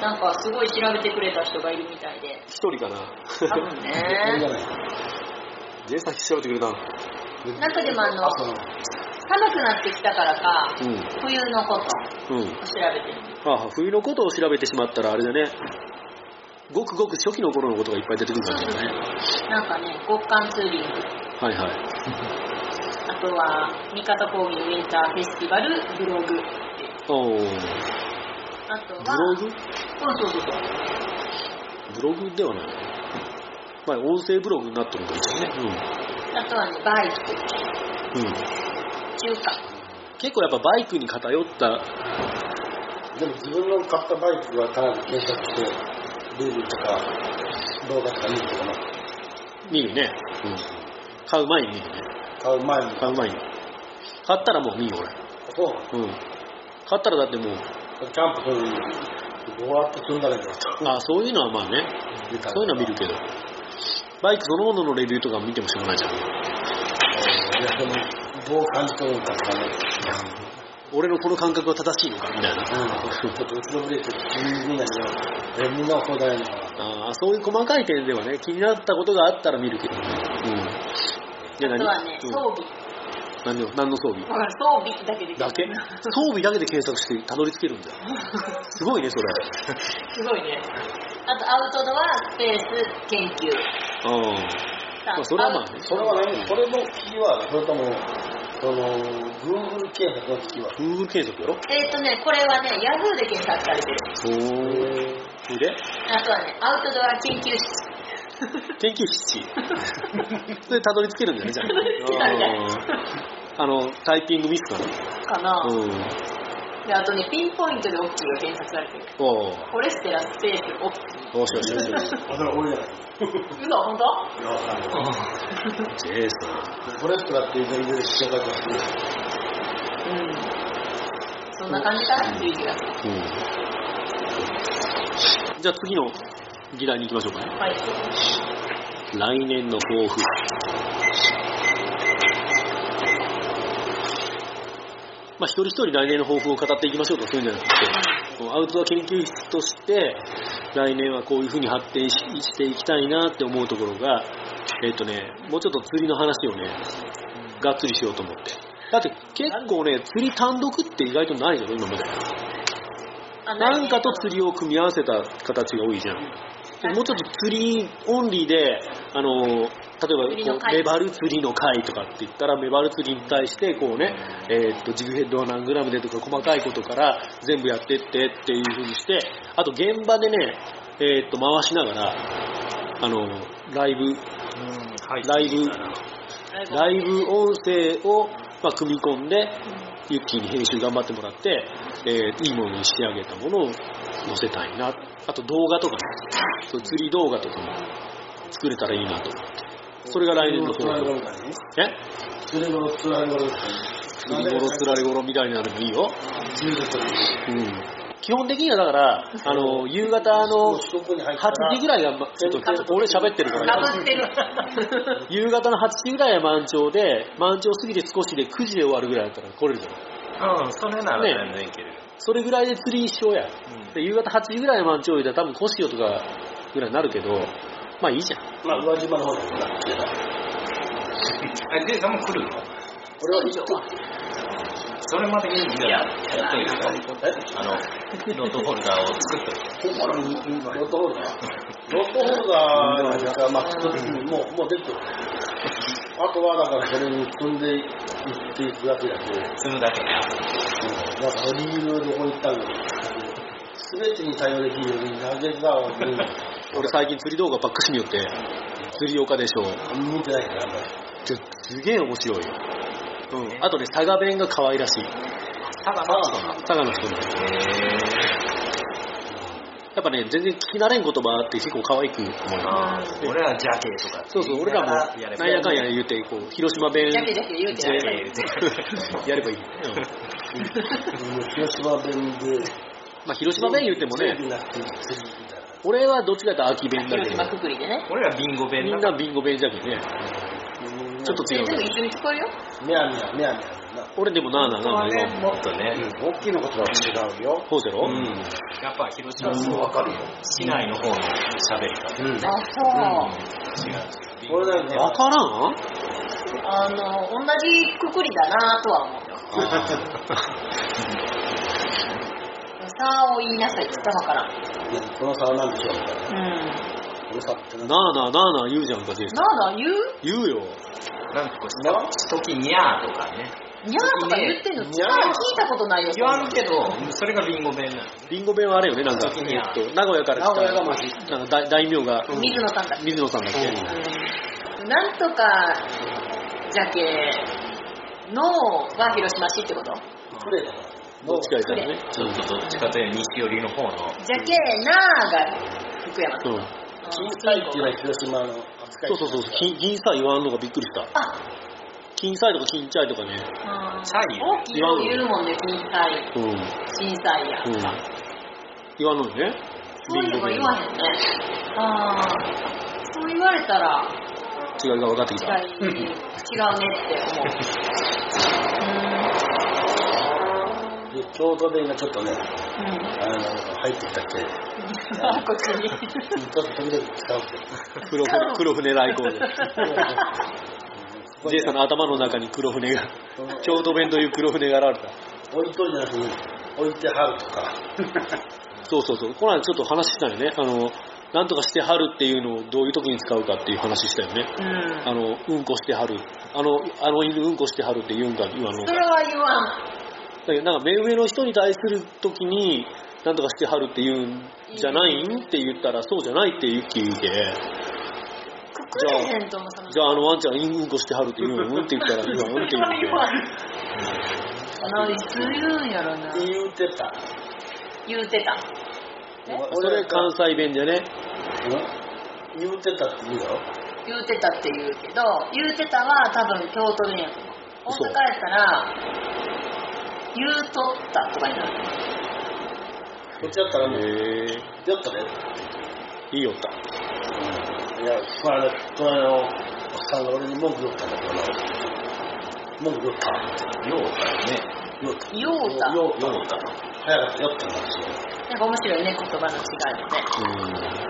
S2: なんかすごい調べてくれた人がいるみた
S1: *laughs*
S2: いで。
S1: 一人かな。
S2: 多
S1: *laughs*
S2: 分
S3: こんじゃ
S2: ね。
S3: ない
S1: ジェイさん調べてくれたの
S2: 中でもあの
S3: あ、その、
S2: 寒くなってきたからか、
S1: う
S2: 冬のことを
S1: ん。うん。
S2: 調べてる。
S1: ああ、冬のことを調べてしまったらあれだね。ごくごく初期の頃のことがいっぱい出てくる感じだね。
S2: なんかね、極寒ツーリング、
S1: はいはい。
S2: あとは、三方高原ウィンターフェスティバルブログ、
S1: おー
S2: あとは、
S1: ブログ
S2: そうそうそうそう、
S1: ブログではないね。まあ、音声ブログになってるんだけどね。
S2: あとはね、バイク、
S1: うん。うん。
S2: 中華、
S1: 結構やっぱバイクに偏った、
S3: でも自分の買ったバイクはかなり検索して、ルールとか、動画とか見るとかな、
S1: 見るね。うん。買う前に見るね。
S3: 買う前に。
S1: 買う前に。買ったらもう見るよ、俺。
S3: そうなの
S1: うん。買ったらだってもう、
S3: キャンプするのに、ぼわっとするんだけど、
S1: あそういうのはまあね、そういうのは見るけど、バイクそのもののレビューとか見てもしょうがないじゃん。
S3: いや、でも、どう感じ取るんだとかね。
S1: 俺のこの感覚は正しいのかみたいな。
S3: ちょっとうちのブレーキ十分だけど、えみんなはこうだよね。
S1: ああ、そういう細かい点ではね、気になったことがあったら見るけどね。うん。いや
S2: あとはね、
S1: う
S2: 装
S1: ん
S2: 備。
S1: 何の何の装備
S2: だから装備だけで
S1: だけ装備だけで検索してたどり着けるんだよ。すごいね、それ。
S2: *laughs* すごいね。あと、アウトドア、スペース、研究。
S1: うん。 *laughs* まあ、それはまあね。
S3: それは何それのキーワードそれとも、その、Google 検索のキーワー
S1: Google 検索やろ
S2: えっ、とね、これはね、ヤフーで検索されてる。
S1: おー。それで
S2: あとはね、アウトドア研究室。
S1: 研究室。で、たどり着けるんだよね、じゃあ。うんあの、タイピングミスか
S2: かな、
S1: な。うん。
S2: で、あとね、ピンポイントでオッキーが検索されてる。
S1: おー。
S2: フォレステラ、スペース、オッキー。
S1: よしよしよしよし。
S3: ド。あ、それ俺じゃない。
S2: 嘘、本当
S3: いや、わかんない。
S1: ジ *laughs* ェイソン。
S3: フォレストラっていう全然知らなかったですね
S2: うん。そんな感じかな、っていう気がする。
S1: うんじゃあ次の議題に行きましょうかね。
S2: はい。
S1: 来年の抱負。まあ、一人一人来年の抱負を語っていきましょうとそういうんじゃなくて、こうアウトドア研究室として、来年はこういう風に発展ししていきたいなって思うところが、えっ、とね、もうちょっと釣りの話をね、がっつりしようと思って。だって結構ね、釣り単独って意外とないじゃん、今まで。
S2: あ
S1: なんかと釣りを組み合わせた形が多いじゃん。でもうちょっと釣りオンリーで、あの、例え
S2: 釣り
S1: ば
S2: の
S1: こう、
S2: 会
S1: メバル釣りの会とかって言ったら、メバル釣りに対して、こうね、えーっと、ジグヘッドは何グラムでとか、細かいことから全部やってってっていう風にして、あと現場でね、えーっと、回しながら、あの、ライブ、ライブ、ライブ音声を、まあ、組み込んで、ユッキーに編集頑張ってもらって、えーいいものに仕上げたものを載せたいな。あと動画とかね、そう釣り動画とかも作れたらいいなと思って。それが来年の
S3: ツラ
S1: 抱
S3: レゴ
S1: 負。
S3: みたいに
S1: え
S3: ツラレゴツラレゴですかね
S1: 釣り頃つられ頃みたいなのもいいよ。
S3: 釣りですよね
S1: うん。基本的にはだから、あの、夕方
S3: も
S1: の
S3: う四国に入った
S1: 8時ぐらいが、まちょっと俺喋ってるから、
S2: かぶってる。
S1: 夕方の8時ぐらいは満潮で、満潮過ぎて少しで9時で終わるぐらいだったら来れるじゃん。
S4: うん、それなら全然いける。
S1: それぐらいで釣り一生や。で夕方8時ぐらいの満潮日で多分コシオとかぐらいになるけど、まあいいじゃん。
S3: まあ、宇和島の方だから。
S4: え、で、でも来るの
S3: 俺は一等。
S4: それまでに、じゃあ、やっといてよ
S3: え
S4: あの、ノートホルダーを作っといて。
S3: ほんまに、ロットホルダー。ロットホルダーが、まあ、一つにもう、もうできてる。あとは、だから、それに積んでいっていくだけだけど、
S4: 積むだけね。
S3: だから、リールどこに行ったんだすべてに対応できるように、なぜかは、
S1: 俺最近釣り動画ばっかし見よって、釣り岡でしょ。
S3: うん、見てないから、あんまり。
S1: ちょすげえ面白いよ。うん。あとね、佐賀弁が可愛らしい。
S4: ただ、まあ、
S1: 佐賀の人も。やっぱね、全然聞き慣れん言葉って結構可愛く思うよ。
S4: うん俺らジャケとか。
S1: そうそう、俺らも、
S4: やれば
S1: なんやかんや言うて、こう、広島弁
S2: ジャケジャケ言うて
S1: で
S2: や
S1: *laughs*
S2: れ
S1: やればいい。うん
S3: うん広島弁で、
S1: まあ、広島弁言うてもね
S3: テレ、ビなくて釣りみたいな。
S1: 俺はどっちかというと秋弁だ
S2: 広
S1: け
S2: 島
S1: ど、
S2: くくりでね。
S4: 俺らビンゴ弁
S1: みん
S4: だ。
S1: なビンゴ弁じゃけんね。ちょっと違
S2: え、
S1: うか
S2: でも
S1: ら。
S2: 一緒に聞こえるよ。
S3: みやみや、みやみやな。
S1: 俺でもなあなあなあなあ。
S4: もっとね、
S3: 大きなことは違うよ。
S1: そうじゃろ
S4: やっぱ広島
S3: もうわかるよ。
S4: 市内の方の喋り方。
S3: うん。
S2: あ、
S4: 違う。
S3: 俺なんか、
S1: わからん
S2: そう。あの、同じくくりだなとは思うよ。さあを言いなさいって言ったのからん。
S3: いやこの差は何でしょうみたいな。
S2: うん。
S3: この差って何
S1: なあなあなあなあ言うじゃんか、ジェイさん
S2: なんだ、言う
S1: 言うよ。
S4: なんかこう、した時にゃーとかね。
S2: にゃーとか言ってんの、
S3: に
S2: 聞
S3: ゃ
S2: い
S3: ー
S2: たことないよ。
S4: 言わんけど、それがビンゴ弁なの。
S1: リンゴ弁はあれよね、なんか、え
S4: 時には
S1: っと、名古屋から来た、
S3: 名古屋がマジ
S1: なんか大大名が、
S2: 水野さんだ。
S1: 水野さんだっけ、
S2: うんなんとか、じゃけ、のは広島市ってこと
S3: くれだから。
S1: どっちか言ったらね。
S4: ちょっとどっちかというと西寄りの方の。
S2: じゃけ、なーが福山。
S1: うんうん
S3: 金彩っていうのは広島の扱い。
S1: そうそうそう、金銀さ言わんのがびっくりした。
S2: あ、
S1: 金さとか金ちゃいとかね。
S2: うん
S4: チャイよ
S2: 大きいの言うもんね、金災、
S1: うん。うん。
S2: 震災や。
S1: 言わんのよね。
S2: そういうのも言わへんね。あーそう言われたら、
S1: 違いが分かってき
S2: 違
S1: た。
S2: う違うねって思う。うん
S3: 京都弁がちょっとね、 *laughs*
S2: うん。
S3: あの、入ってきたっけ、
S2: こっちに。
S3: ちょっと時々使う *laughs* けど。
S1: 黒船、黒船来
S2: *laughs*
S1: 航で。
S3: うん
S1: J さんの頭の中に黒船が、京都弁という黒船が現れ
S3: 置いといてなくに、置いてはるとか、 *laughs*
S1: た。そうそうそう。この間ちょっと話したよね。あの、なんとかしてはるっていうのをどういう時に使うかっていう話したよね。
S2: うん。
S1: あの、うんこしてはる。あの、あの犬うんこしてはるって言うんか言わんの
S2: そ
S1: か。
S2: れは言わん。
S1: だけどなんか目上の人に対する時に、なんとかしてはるって言うんじゃないんって言ったら、そうじゃないってユッキー言うけ。
S2: ククレゼントもその。
S1: じゃああのワンちゃんうんこしてはるって言うのうんって言
S5: *laughs*
S1: ったら、今うんって
S2: それ
S1: 言う
S2: は
S1: ん
S2: 言
S1: け
S2: わん。あの、いつ言うんやろな。
S3: 言うてた。
S2: 言うてた。え
S1: それ関西弁じゃね。
S3: うん言うてたって言うだろ
S2: 言うてたって言うけど、言うてたは多分京都弁やと思う。大
S1: そう
S2: 阪やったら、言うとったとかになる。
S3: こっちだったらもう、
S1: へえ。
S3: やったね。
S1: いいよった。
S3: いや、この間、この間のおっさんが俺に文句言ったんだけどな、文句言った。
S4: ようだよね。
S3: 言った。
S2: 言おうた。
S3: よう
S4: ようだ。
S3: 早かった、酔ったんだし。
S2: なんか面白いね、言葉の違いもね。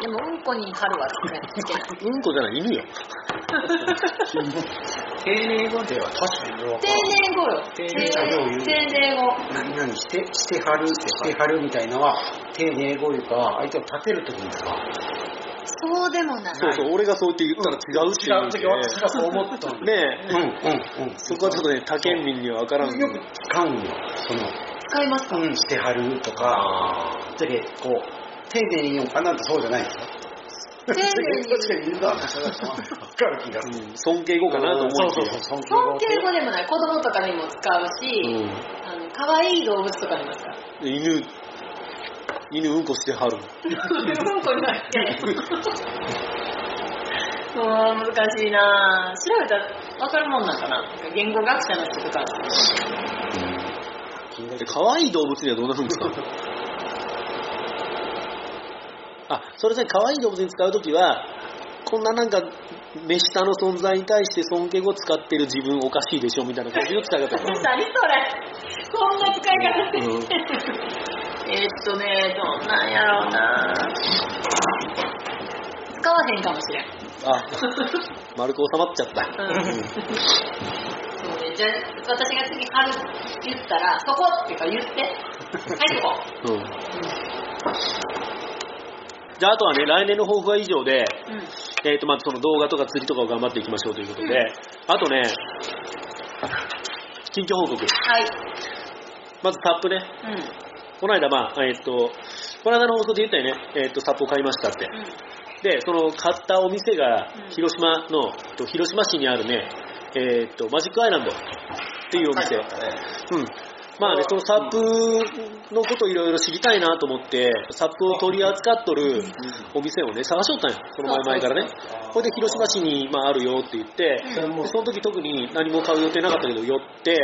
S2: でも、うんこに春はつけない。
S1: うんこじゃない、犬よ。
S4: 丁寧語では確かに
S2: 定年後よ。定
S4: 定年後よ
S2: 年後。
S5: 何々して、してはる、してはるみたいなのは、丁寧語いうか、相手を立てるときに使う。
S2: そうでもない。
S1: そうそう、俺がそう言って言ったら違うって言うんで
S5: 違う私がそう思ったんで。
S1: ねえ、
S5: うん、うん、うん。
S1: そこはちょっとね、他県民には分からん。
S5: よく使うんよ。その、
S2: 使いますか
S5: うん、してはるとか、だけどこう、丁寧に言おうかなってそうじゃないですか。
S2: 丁寧に
S5: 確かに言うなって探しても分かる気がする。
S1: うん尊敬語かなと思
S5: そう
S1: っ
S5: そ
S1: て
S5: うそう、尊敬
S2: 尊
S5: 語。
S2: 敬語でもない。子供とかにも使うし、あの、可愛い動物とかにも使 *laughs* う。
S1: 犬、犬うんこしてはる。
S2: うんこになって。もう難しいなぁ調べたら分かるもんなんかな言語学者の人とか。
S1: で可愛い動物にはどうなるんですか *laughs* あ、それで可愛い動物に使うときは、こんななんか、目下の存在に対して尊敬語を使ってる自分おかしいでしょみたいな感じの使 *laughs* い方。
S2: 何それこんな使い方してるえーっとねどんなんやろうなぁ使わへんかもしれん。
S1: あ、丸く収まっちゃった。
S2: うんそうねじゃあ私が次春言ったらそこっていうか言 *laughs* ってはいそこ
S1: うん。じゃあ、あとはね、来年の抱負は以上で、
S2: うん
S1: えっ、と、まあ、その動画とか釣りとかを頑張っていきましょうということで、
S2: うん
S1: あとね、近況報告。
S2: はい
S1: まず、サップね。
S2: うんうん
S1: この間、まあ、えっ、と、この間の放送で言ったよね、えっ、と、サップを買いましたって。で、その買ったお店が
S2: うん、
S1: 広島の、えっと広島市にあるね、えっ、と、マジックアイランドっていうお店。うん。まあね、そのサップのこといろいろ知りたいなと思って、サップを取り扱っとるお店をね、探しとったんよ。その前々からね。これで広島市に、まあ、あるよって言って、
S2: うん
S1: でその時特に何も買う予定なかったけど、寄って、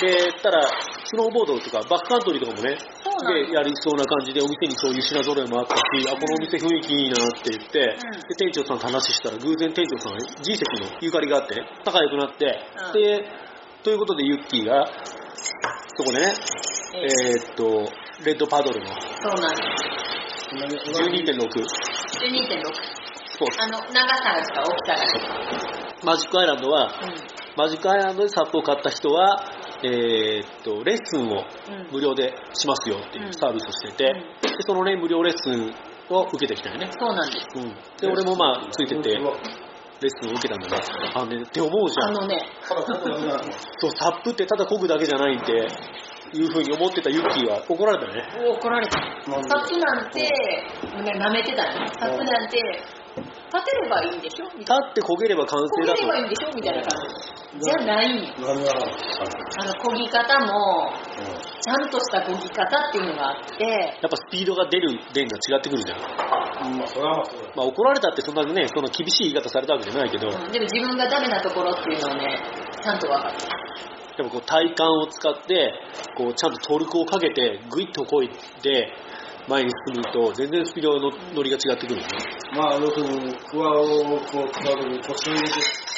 S1: で、たら、スノーボードとかバックカントリーとかもね、
S2: そうなん
S1: で、やりそうな感じで、お店にそういう品揃えもあったし、あ、このお店雰囲気いいなって言って、
S2: うん
S1: で、店長さんと話したら、偶然店長さんが人石のゆかりがあってね、仲良くなって、
S2: うん
S1: で、ということでユッキーが、そこでね、
S2: ええ
S1: えーっと、レッドパドルの
S2: そうなんです
S1: 12.6ス
S2: 12.6
S1: ポーツ。
S2: あの長さが違う大きさ
S1: マジックアイランドは、
S2: が違う
S1: マジックアイランドでサップを買った人は、えーっと、レッスンを
S2: うん
S1: 無料でしますよっていうサービスをしてて、
S2: うん
S1: でそのね、無料レッスンを受けてきたよね。
S2: そうなんです
S1: うん。で、俺もまあ、ついてて、レッスンを受けたんだな。あのね、って思うじゃ
S2: あ
S1: ん。
S2: のね
S3: ただ、僕は今、
S1: そう、サップってただ漕ぐだけじゃないって、いう風に思ってたユッキーは怒られたね。
S2: 怒られたサップなんてね舐めてたねサップなんて立てればいいんでしょみ
S1: 立
S2: たいな
S1: って漕げれば完
S2: こ
S1: 成だ
S2: げればい
S1: と。
S2: いんでしょみたいな感じじゃないんよ
S3: 何が、
S2: あの漕ぎ方もちゃんとした漕ぎ方っていうのがあって
S1: やっぱスピードが出る電が違ってくるじゃん。
S3: うんまあ、それはまあそうだ。
S1: まあ怒られたってそんなね、その厳しい言い方されたわけじゃないけど、
S2: うんでも自分がダメなところっていうのをねちゃんと分かった
S1: でもこう体幹を使って、こうちゃんとトルクをかけて、グイッとこいで、前に進むと全然スピードの乗りが違ってくるんですね
S3: まあ、要するに、クワをこう、使う時に腰を入れて、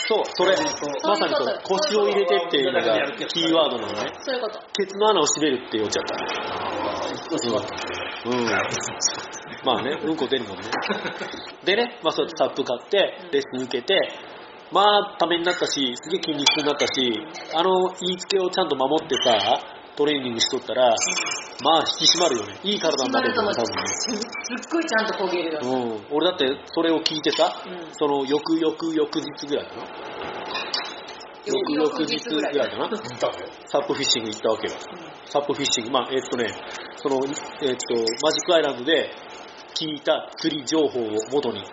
S1: そう、それ
S3: そう、
S1: まさにそう
S2: そういう、こと
S1: 腰を入れてっていうのがキーワードなのね。
S2: そういうこと。
S1: ケツの穴を閉めるって言っちゃった。うん。まあね、うんこ出るもん *laughs* ね。でね、まあそうやってサップ買って、レッスン受けて、まあ、ためになったし、すげえ筋肉痛になったし、あの言いつけをちゃんと守ってさ、トレーニングしとったら、まあ引き締まるよね。いい体になるよね、多分ね。
S2: すすっごいちゃんと焦げるよ。
S1: うん、俺だってそれを聞いてさ、
S2: うん
S1: その翌翌翌日ぐらいかな翌々日ぐらいかなサップフィッシング行ったわけよサップフィッシングまあえっとねそのえっとマジックアイランドで聞いた釣り情報を元に、うん、で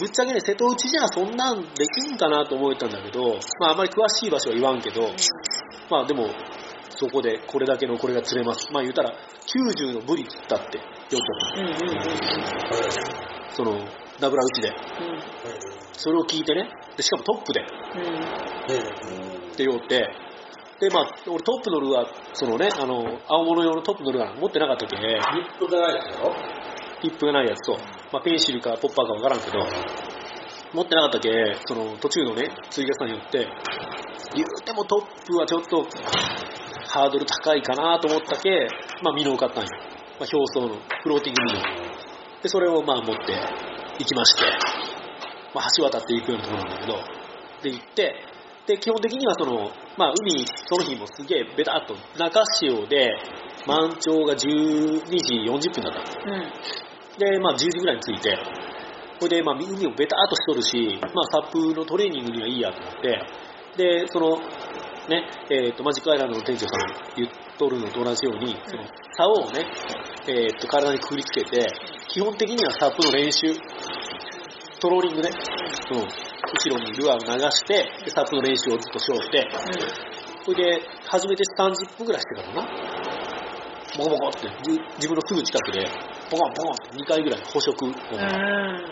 S1: ぶっちゃけね瀬戸内じゃそんなんできんかなと思えたんだけどまああまり詳しい場所は言わんけど、まあでもそこでこれだけのこれが釣れますまあ言うたら90のブリ釣ったってよく
S2: うんうんうん
S1: そのダブラ打ちで
S2: う
S1: それを聞いてねでしかもトップで
S2: んうん
S1: って言おうてでまあ俺トップのルアーそのねあの青物用のトップのルアー持ってなかったっけ
S3: リップがないでしょ
S1: ヒップがないやつと、まあ、ペンシルかポッパーかわからんけど持ってなかったっけその途中のね釣り屋さんによって言うてもトップはちょっとハードル高いかなと思ったけまあミノを買ったんよ、まあ、表層のフローティングミノでそれをまあ持って行きまして、まあ、橋渡って行くようなところなんだけどで行ってで基本的にはその、まあ、海その日もすげえベタっと中潮で満潮が12時40分だった
S2: うん
S1: で、まあ、10時ぐらいに着いて、これで、まあ、海をベターっとしとるし、まあ、サップのトレーニングにはいいやと思って、で、その、ね、えっ、と、マジックアイランドの店長さんが言っとるのと同じように、その、竿をね、えっ、と、体にくくりつけて、基本的にはサップの練習、トローリングね、うん、後ろにルアーを流して、でサップの練習をずっとしようって、それで、初めて30分ぐらいしてたかな。ボコボコって、じ自分のすぐ近くで、ボコンボコンって2回ぐらい捕食音
S2: うん
S1: が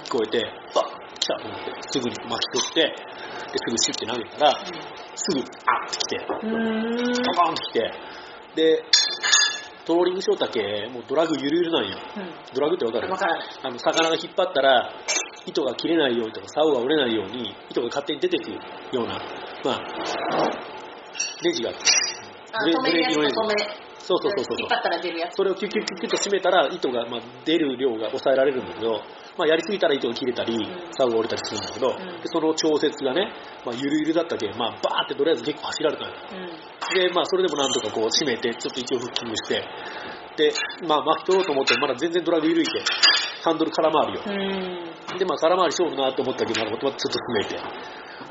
S1: 聞こえて、あ来たと思って、すぐに巻き取って、ですぐシュッて投げたら、すぐ、あって来て、
S2: うんうん
S1: ボコンって来て、で、トローリングショータケ、もうドラグゆるゆるなんよ。ドラグってわかる
S2: わからない
S1: あの、魚が引っ張ったら、糸が切れないようにとか、竿が折れないように、糸が勝手に出てくるような、まあ、ネジがあって
S2: あ
S1: ブレ
S2: 止めるやつと止め
S1: そうそうそうそう
S2: 引っ張ったら出るやつ
S1: それをキュッキュッキュッキュッと締めたら糸が、まあ、出る量が抑えられるんだけど、まあ、やりすぎたら糸が切れたり
S2: ん
S1: 竿が折れたりするんだけど、
S2: ん
S1: でその調節がね、まあ、ゆるゆるだったけん、まあ、バーってとりあえず結構走られたのよ
S2: うん
S1: で、まあ、それでもなんとかこう締めてちょっと一応フッキングしてで、まあ、巻き取ろうと思ってもまだ全然ドラグ緩いけんハンドル空回りよ
S2: うん
S1: で、まあ、空回り勝負なと思ったけど、まあちょっと詰めて。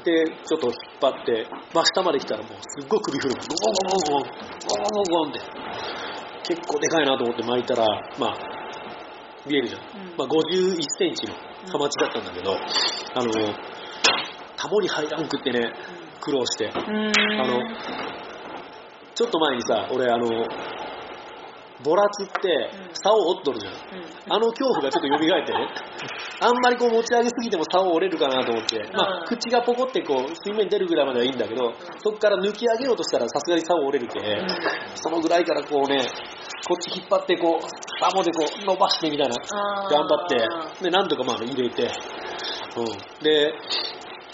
S1: で、ちょっと引っ張って、真下まで来たらもうすっごい首振る。ゴンゴンゴンゴン、ゴンゴンゴンゴンって。結構でかいなと思って巻いたら、まあ、見えるじゃん。
S2: うん
S1: まあ、51センチのハマチだったんだけど、あの、タモに入らんくってね、苦労して。
S2: うん
S1: あの、ちょっと前にさ、俺あの、ボラ釣って、竿を折っとるじゃん。あの恐怖がちょっと蘇ってね、あんまりこう持ち上げすぎても竿折れるかなと思って、ま
S2: う
S1: あ、
S2: ん
S1: 口がポコってこう水面に出るぐらいまではいいんだけど、そこから抜き上げようとしたらさすがに竿折れるけ、
S2: うん
S1: そのぐらいからこうね、こっち引っ張ってこう、サモでこう伸ばしてみたいな、
S2: あー
S1: 頑張って、で、なんとかまあ入れて、うん、で、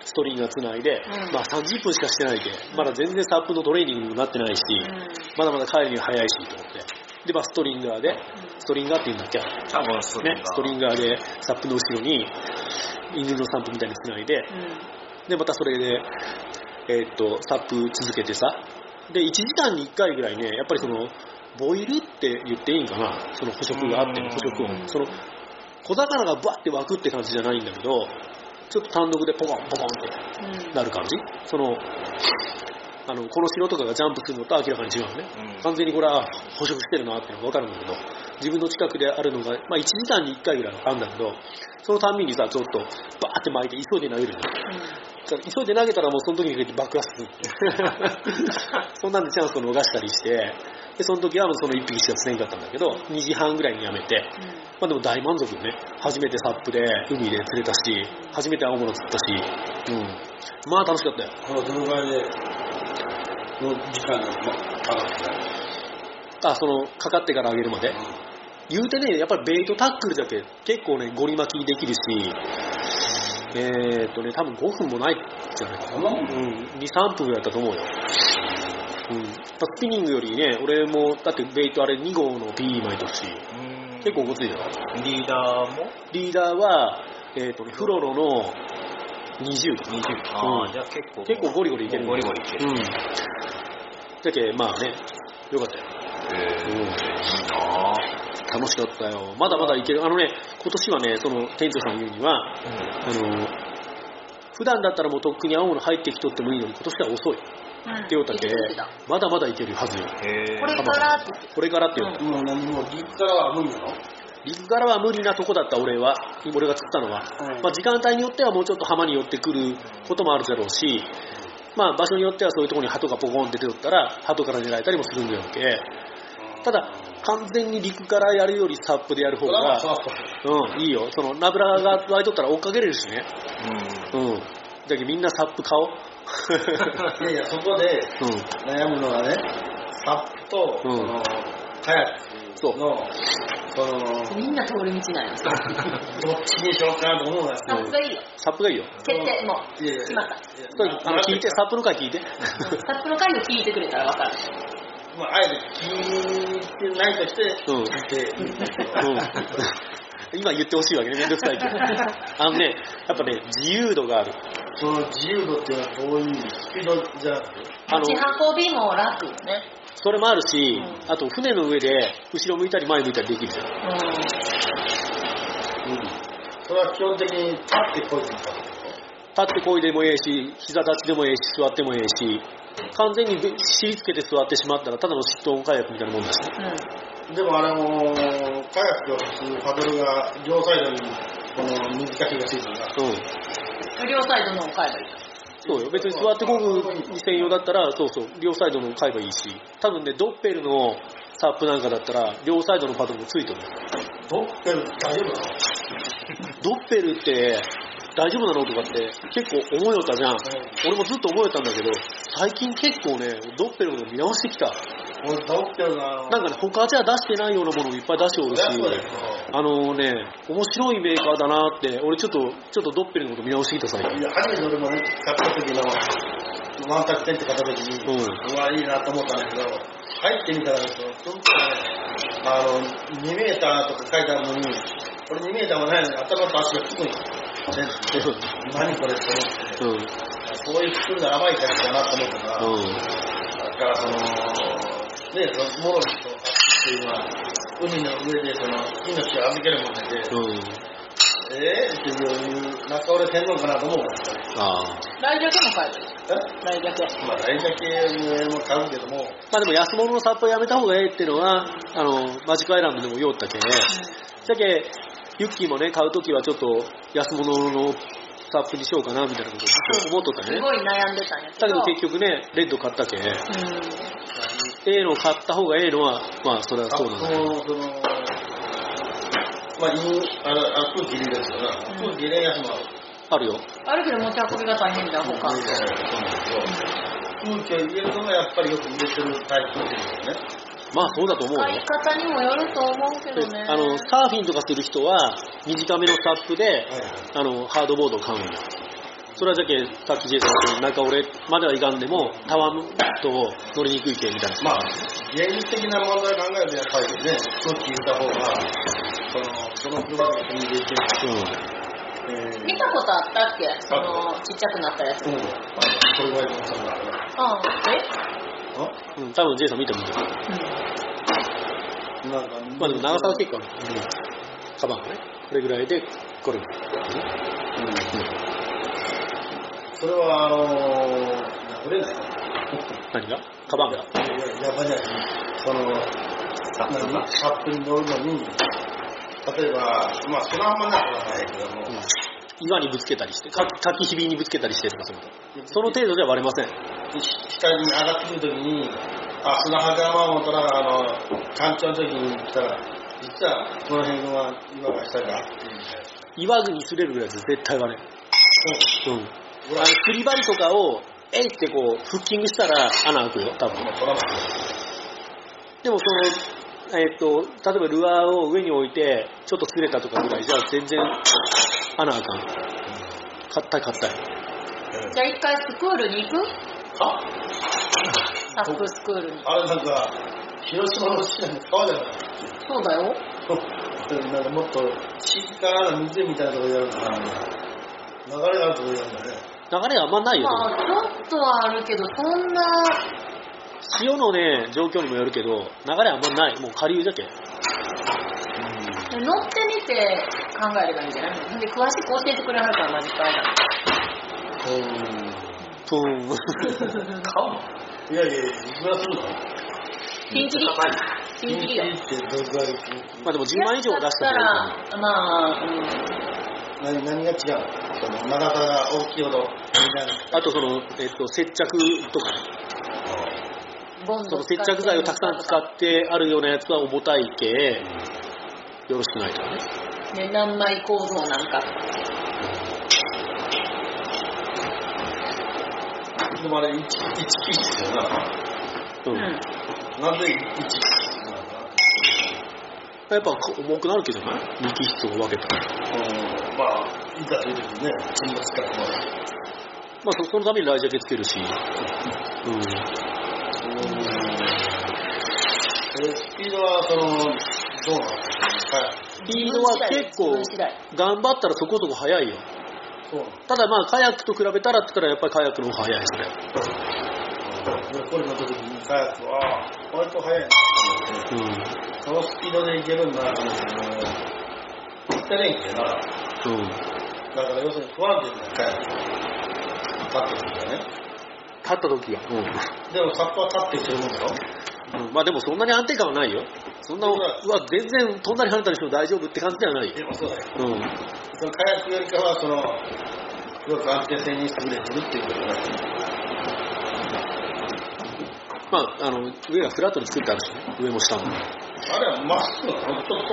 S1: ストリングがつないで、
S2: うん
S1: まあ30分しかしてないけ、まだ全然サップのトレーニングにもなってないし、まだまだ帰るには早いしと思って。で、まあストリンガーで、ストリンガーって言うんだっけ
S4: 多分それ
S1: ね
S4: が、
S1: ストリンガーでサップの後ろに犬の散歩みたいにつないで、
S2: うんうん
S1: で、またそれで、えーっと、サップ続けてさ、で、1時間に1回ぐらいね、やっぱりその、ボイルって言っていいんかな、その捕食があって
S4: うん
S1: 捕食音。その、小魚がバッて湧くって感じじゃないんだけど、ちょっと単独でポコンポコンって
S2: うん
S1: なる感じその、あの、この城とかがジャンプするのと明らかに違うのね。
S4: うん
S1: 完全にこれは捕食してるなっていうのが分かるんだけど、自分の近くであるのが、まあ1時間に1回ぐらいあるんだけど、そのたんびにさ、ちょっとバーって巻いて急いで投げるの。だから急いで投げたらもうその時に限って爆発する *laughs* っていうそんなんでチャンスを逃したりして、で、その時はもうその1匹しか釣れんかったんだけど、2時半ぐらいにやめて、まあでも大満足よね。初めてサップで海で釣れたし、初めて青物釣ったし、うん。まあ楽しかったよ。
S3: このどのぐらいで、この時間が、ま、上がってない
S1: あ、その、かかってから上げるまで。言うてね、やっぱりベイトタックルだけ結構ね、ゴリ巻きできるし、えーっとね、多分5分もないじゃないかな。うん、2、3分やったと思うよ。うん。やっぱスピニングよりね、俺も、だってベイトあれ2号の PE 巻いたし、
S4: うん
S1: 結構ごついじゃない
S4: リーダーも
S1: リーダーは、えーっとね、フロロの20とか。
S4: 20あ
S1: うん
S4: あじゃあ結構
S1: 結構ゴリゴリいけるね
S4: ゴリゴリいける
S1: うん。だけまあね、よかったよ。
S4: へえ
S1: 楽しかったよ。まだまだいける。あのね、今年はね、その店長さんが言うには、あの、普段だったらもうとっくに青の入ってきとってもいいのに、今年は遅いって
S2: うん
S1: 言おったけ
S2: 言ってた
S1: まだまだいけるはずよ。
S4: へえ
S2: これからって言って
S1: これからって言うの。
S3: もう何も、リップからは無理なの
S1: 陸からは無理なとこだった俺は、俺が釣ったのは。
S5: うん
S1: まあ時間帯によってはもうちょっと浜に寄ってくることもあるだろうし、まあ場所によってはそういうところに鳩がポコンって出とったら、鳩から狙えたりもするんだよけ。ただ、完全に陸からやるよりサップでやる方
S3: それは
S1: が、
S3: そうそう
S1: うん、いいよ。その、ナブラが湧いとったら追っかけれるしね。うん。だけどみんなサップ買おう。
S3: いやいや、そこで
S1: うん。
S3: 悩むのはね、サップと、
S1: うん
S3: その、カヤックの、その、
S2: たみんな通り道なんよサ
S3: どっちにしようかなと思うが、
S2: ップがいいよ
S1: サップがいいよ。
S2: 決定もう
S3: いやいや
S2: 決まった
S3: いや
S1: それあの、聞いて、サップの回聞いて。
S2: サップの回を聞いてくれたら分かる
S3: まあ、あえて聞いてないとして、
S1: うん。
S3: 聞いて、
S1: うん。今言ってほしいわけね、めんどくさいけど。あのね、やっぱね、自由度がある。
S3: その自由度っていうのはどういうスピードじゃなくて、
S1: あの
S2: 持ち、運びも楽よね
S1: それもあるし
S2: う、
S1: あと船の上で、後ろ向いたり前向いたりできるじゃん。
S2: う
S3: それは基本的に立ってこいって言ったの
S1: 立ってこいでもええし、膝立ちでもええし、座ってもええし、完全にべ尻つけて座ってしまったら、ただの執刀火薬みたいなもんだし。
S2: んうん
S3: でもあれも、カヤックは普通、パドルが両サイドに、この水かけがついてるから、
S1: うん。
S2: 両サイドのを買えばいい
S1: そうよ。別に座ってこぐに専用だったら、そうそう、両サイドの買えばいいし、多分ね、ドッペルのサップなんかだったら、両サイドのパドルもついてる。
S3: どっか大丈夫なの
S1: ドッペルって、大丈夫なのとかって結構思いよったじゃん。俺もずっと思いよったんだけど、最近結構ね、ドッペルの見直してきた。
S3: 俺、倒ってる
S1: な
S3: な
S1: んかね、他じゃ出してないようなものをいっぱい出しておるし
S3: そりゃそうだよ、
S1: あのね、面白いメーカーだなって、俺ちょっと、ちょっとドッペルのこと見直してきた最
S3: い
S1: 近。
S3: や、初めて俺もね、買った時の、ワンタクテンって買った時に、
S1: うん。
S3: うわ、いいなと思ったんだけど、入ってみたら、その時はね、あの、2メーターとか書いてあるのに、これ2メーターもないのに頭と足がつくんよ。で、何これって
S1: う
S3: 思って、
S1: ん。
S3: そういう作りの甘い感じだなと思ったから、
S1: うん。
S3: だからその、ね、そのモロリとアっていうのは、海の上でその命を預けるもんで、
S1: うん。
S3: えー、っていう、中折れてんのかなと思うもん。
S1: ああ。
S2: 来客も買えばいい
S3: え
S2: 来客
S3: まあ、大体も買うけども、
S1: まあでも安物のサップはやめた方がええっていうのは、あの、マジックアイランドでも言おったけね。だけ、ユッキーもね、買うときはちょっと安物のサップにしようかなみたいなことずっと思っとった
S2: す
S1: ね。
S2: ごい悩んでたんやけ
S1: だけ
S2: ど
S1: ど結局ね、レッド買ったけ、え
S2: うん
S1: えの買った方がええのは、まあそれは
S3: あ
S1: そう
S3: の
S1: なんだけど。
S3: その、まあ、インあれあ空気入れるやつだな。
S2: うん
S3: 空気入れるやつもある。
S1: あるよ。
S2: あるけど持ち運びが大変だよ、他。
S3: 空気を入れるのがやっぱりよく入れてるタイプっていうんだよね。
S1: まあそうだと思うよ。
S2: 買い方にもよると思うけどね。
S1: あの、サーフィンとかする人は、短めのサップで、あの、ハードボードを買うんだ。それはだけ、さっき J さんが言ったように中折れまではいかんでも、タワーと乗りにくいけみたいな。
S3: まあ、現実的な問題を考えるとやっぱりね、空気入れた方が、その、どの車が国でいけるか。
S1: うん。
S3: えー
S2: 見たことあったっけその、ちっちゃくなったやつ。う。
S3: うんん、まあ、これぐらいの重さになるな。
S2: え
S1: うん、多分 J さん見てもいいと思う
S3: うんなんか、
S1: まあでも長さは結構ある。カバンがね。これぐらいで、これぐらい。
S3: それは、あのー、破れない。
S1: 何がカバンが。
S3: いや、やばいじゃない。その、サップに乗るのに、例えば、まあ、そのままなことはないけども、
S1: 岩にぶつけたりして、かかきひびにぶつけたりしてとかそういうことその程度じゃ割れません。
S3: 下に上がってくるときに、あ、砂浜を持ったら、あの、干潮の時に来たら、実は、この辺は岩が下があって、
S1: 岩に擦れるぐらいじゃ絶対割れん。うん。
S3: 俺
S1: あ
S3: は
S1: の、釣り針とかを、えいってこう、フッキングしたら穴開くよ、多分。
S3: もう取らな
S1: でもその、えっと、例えばルアーを上に置いて、ちょっと釣れたとかぐらいじゃ全然、穴あかん。硬い硬い。
S2: じゃあ一回スクールに行く
S3: あ
S2: サップスクールに。
S3: あれなんか、広島の市内の川じゃない
S2: そうだよ。
S3: なんかもっと静かな湖みたいなところやるのかな流れがあるところやるんだね。
S1: 流れあんまないよ。
S2: まあ、ちょっとはあるけど、そんな、
S1: 潮のね、状況にもよるけど、流れあんまない。もう下流じゃけ。
S2: 乗ってみて考えればいいんじゃないで、詳しく教えてくれはるから、マジか
S1: プ *laughs* ーン。
S3: いやいやいや、いくらするの
S2: ピンキリ。ピンキリよ。
S3: ってどれくらい
S1: まあでも10万以上は出したら
S2: ら。
S1: いい
S2: まあ、うん。
S3: 何何が違うその長さが大きいほどみたいな。
S1: あとその、えっと、接着とかね。
S2: ボン
S1: そ
S2: ド
S1: の接着剤をたくさん使ってあるようなやつは重たい系、よろしくないとかね。
S2: ね、何枚構造なんか。
S3: でもあれ1、1ピースだよな。
S1: う。
S2: うんん。
S3: なんで1ピースなのか
S1: やっぱ重くなるけどね。力質を分けたら。
S3: うんまあ、いざ出てくるね、沈没からま
S1: ま
S3: で。
S1: あそそのためにライジャケつけるし。うん。
S3: えスピードは、その、どうなのはい。
S1: スピードは結構
S2: 自分次第
S1: 頑張ったらそこそこ速いよ。
S3: そうな
S1: ただまあカヤックと比べたらって言ったらやっぱりカヤックの方が速いですね。
S3: の。俺これ乗った時に、早く、ああ、割と速いな。
S1: う
S3: そのスピードでいけるんだなと思って、行ってねえんけどな。
S1: ん。うん。
S3: だから要するに不安定な回立ってるんだよね。
S1: 立った時は。う
S3: でも、サップは立っていけるもんだろ
S1: ん。まあでもそんなに安定感はないよ。そんな、う
S3: そうだ
S1: わ、全然飛んだり跳ねたりしても大丈夫って感じではないよ。
S3: でもそうだよ。
S1: うん。
S3: その火薬よりかは、その、すごく安定性に優れてるっていうことだね。
S1: まあ、あの、上がフラットに作ってあるしね。上も下も。
S3: あれはまっすぐなのちょっと、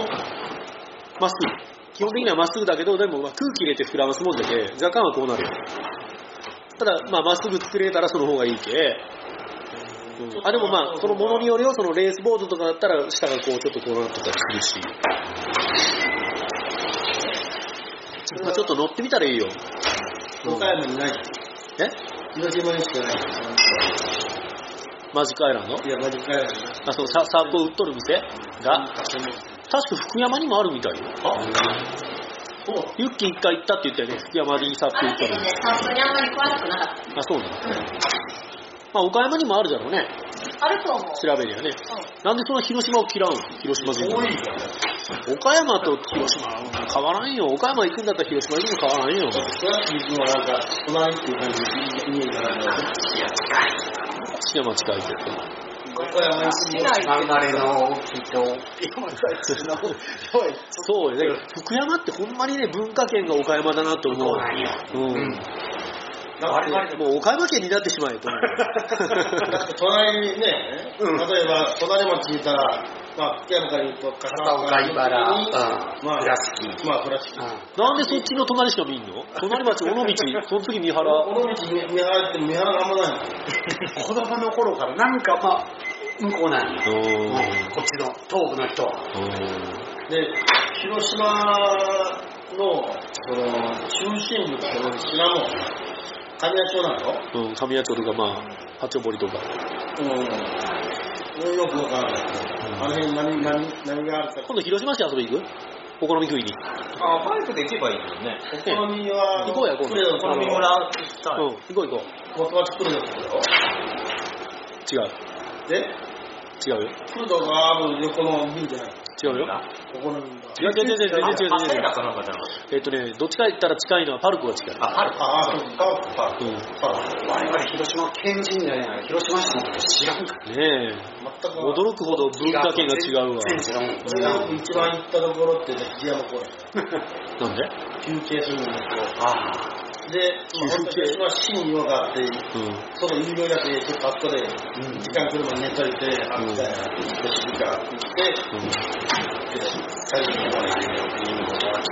S1: まっすぐ。基本的にはまっすぐだけど、でもまあ空気入れて膨らますもんでね、若干はこうなるよ。ただ、まあ、まっすぐ作れたらその方がいいけ。うん、あでもまあ、そのものによるよ、そのレースボードとかだったら、下がこう、ちょっとこうなってたりするし。まあ、ちょっと乗ってみたらいいよ。
S3: 岡山にない。
S1: え
S3: 広島にしかない。
S1: マジックアイランド
S3: いや、マジックアイランドにない。
S1: あ、そう、ササープを売っとる店が、確か福山にもあるみたいよ。
S3: そう
S1: ユッキー一回行ったって言ったよね、福山にサー
S2: あ
S1: プ売っ
S2: る
S1: と
S2: け
S1: る
S2: どね、サップにあんまり詳しくなかっ
S1: あ、そうなの
S2: た。うん。
S1: まあ、岡山にもあるだろうね。
S2: あると思う。
S1: 調べりゃね。なんでその広島を嫌うん広島人
S3: 多いから。
S1: 岡山と広島は変わらんよ。岡山行くんだったら広島行くの変わらんよ。
S3: ちょっと、そうやって行くのはなんか、隣っていう感じで、見えるからね。
S1: 福山近いけど。
S3: 岡山に住んで
S2: ない
S5: 流れの大きいと、
S1: そうよね。福山ってほんまにね、文化圏が岡山だなと思う。うん。
S3: だって
S1: もう岡山県になってしまえと思 *laughs*
S3: だっ
S1: う。
S3: て隣にね、例えば隣町にいたら、まあ、福山から言うと、
S5: 片岡、
S3: 原に
S5: 茨、
S3: まあ、
S5: 倉敷。
S3: まあ、倉敷。
S1: なんでそっちの隣しか見んの隣町、尾道、その次三
S3: こ
S1: 原。
S3: の道見見払って見払があんまないの。
S5: 子供の頃からなんかまあ向こうなんや、
S1: うん
S5: うんこっちの東部の人
S3: で、広島の、その、中心部って俺知らんもん。神谷町なの
S1: うん。神谷町とか、まあ、八丁堀とか。
S3: うん。俺よくわからない。あの辺何、何、何があるか。
S1: 今度広島市遊び行くお好み食いに。
S4: あ、バイクで行けばいいよね。
S3: お好みは、
S1: 行こうや行こう
S3: クレヨン
S4: この村行きたい。
S1: うん。行こう行こう。
S3: 元町クレヨンだよ。
S1: 違う。
S3: で、
S1: 違うよ。
S3: クレヨンがある横のビルじゃない。
S1: 違うよ。
S3: お好みが。
S1: 違う違う違う違う
S4: あ
S1: 違う
S4: パ
S1: 違う違
S4: セ
S1: う
S4: ラ。かなんかじゃな
S1: えっとね、どっちか言ったら近いのはパルコが近い。
S4: あ、ある
S3: ああ、そうか。パー
S1: う
S3: ク
S1: ん。
S3: パーク
S5: 我々広島県人じゃない広島市のこと知らんから
S1: ねえ。
S3: 全くわからん。
S1: 驚くほど文化圏が違うわ。
S5: 全然違う
S3: 俺がよく一番行ったところってね、檜山公園。
S1: なんで
S3: 休憩するんですよ。
S5: あ
S3: で、まあ、本当に私は死に用があって、
S1: うん。
S3: その有料やで、ちょっとあそこで、時間来るまで寝といて、あ、みたいな、静かにして、で、最後に終わりっていうのが、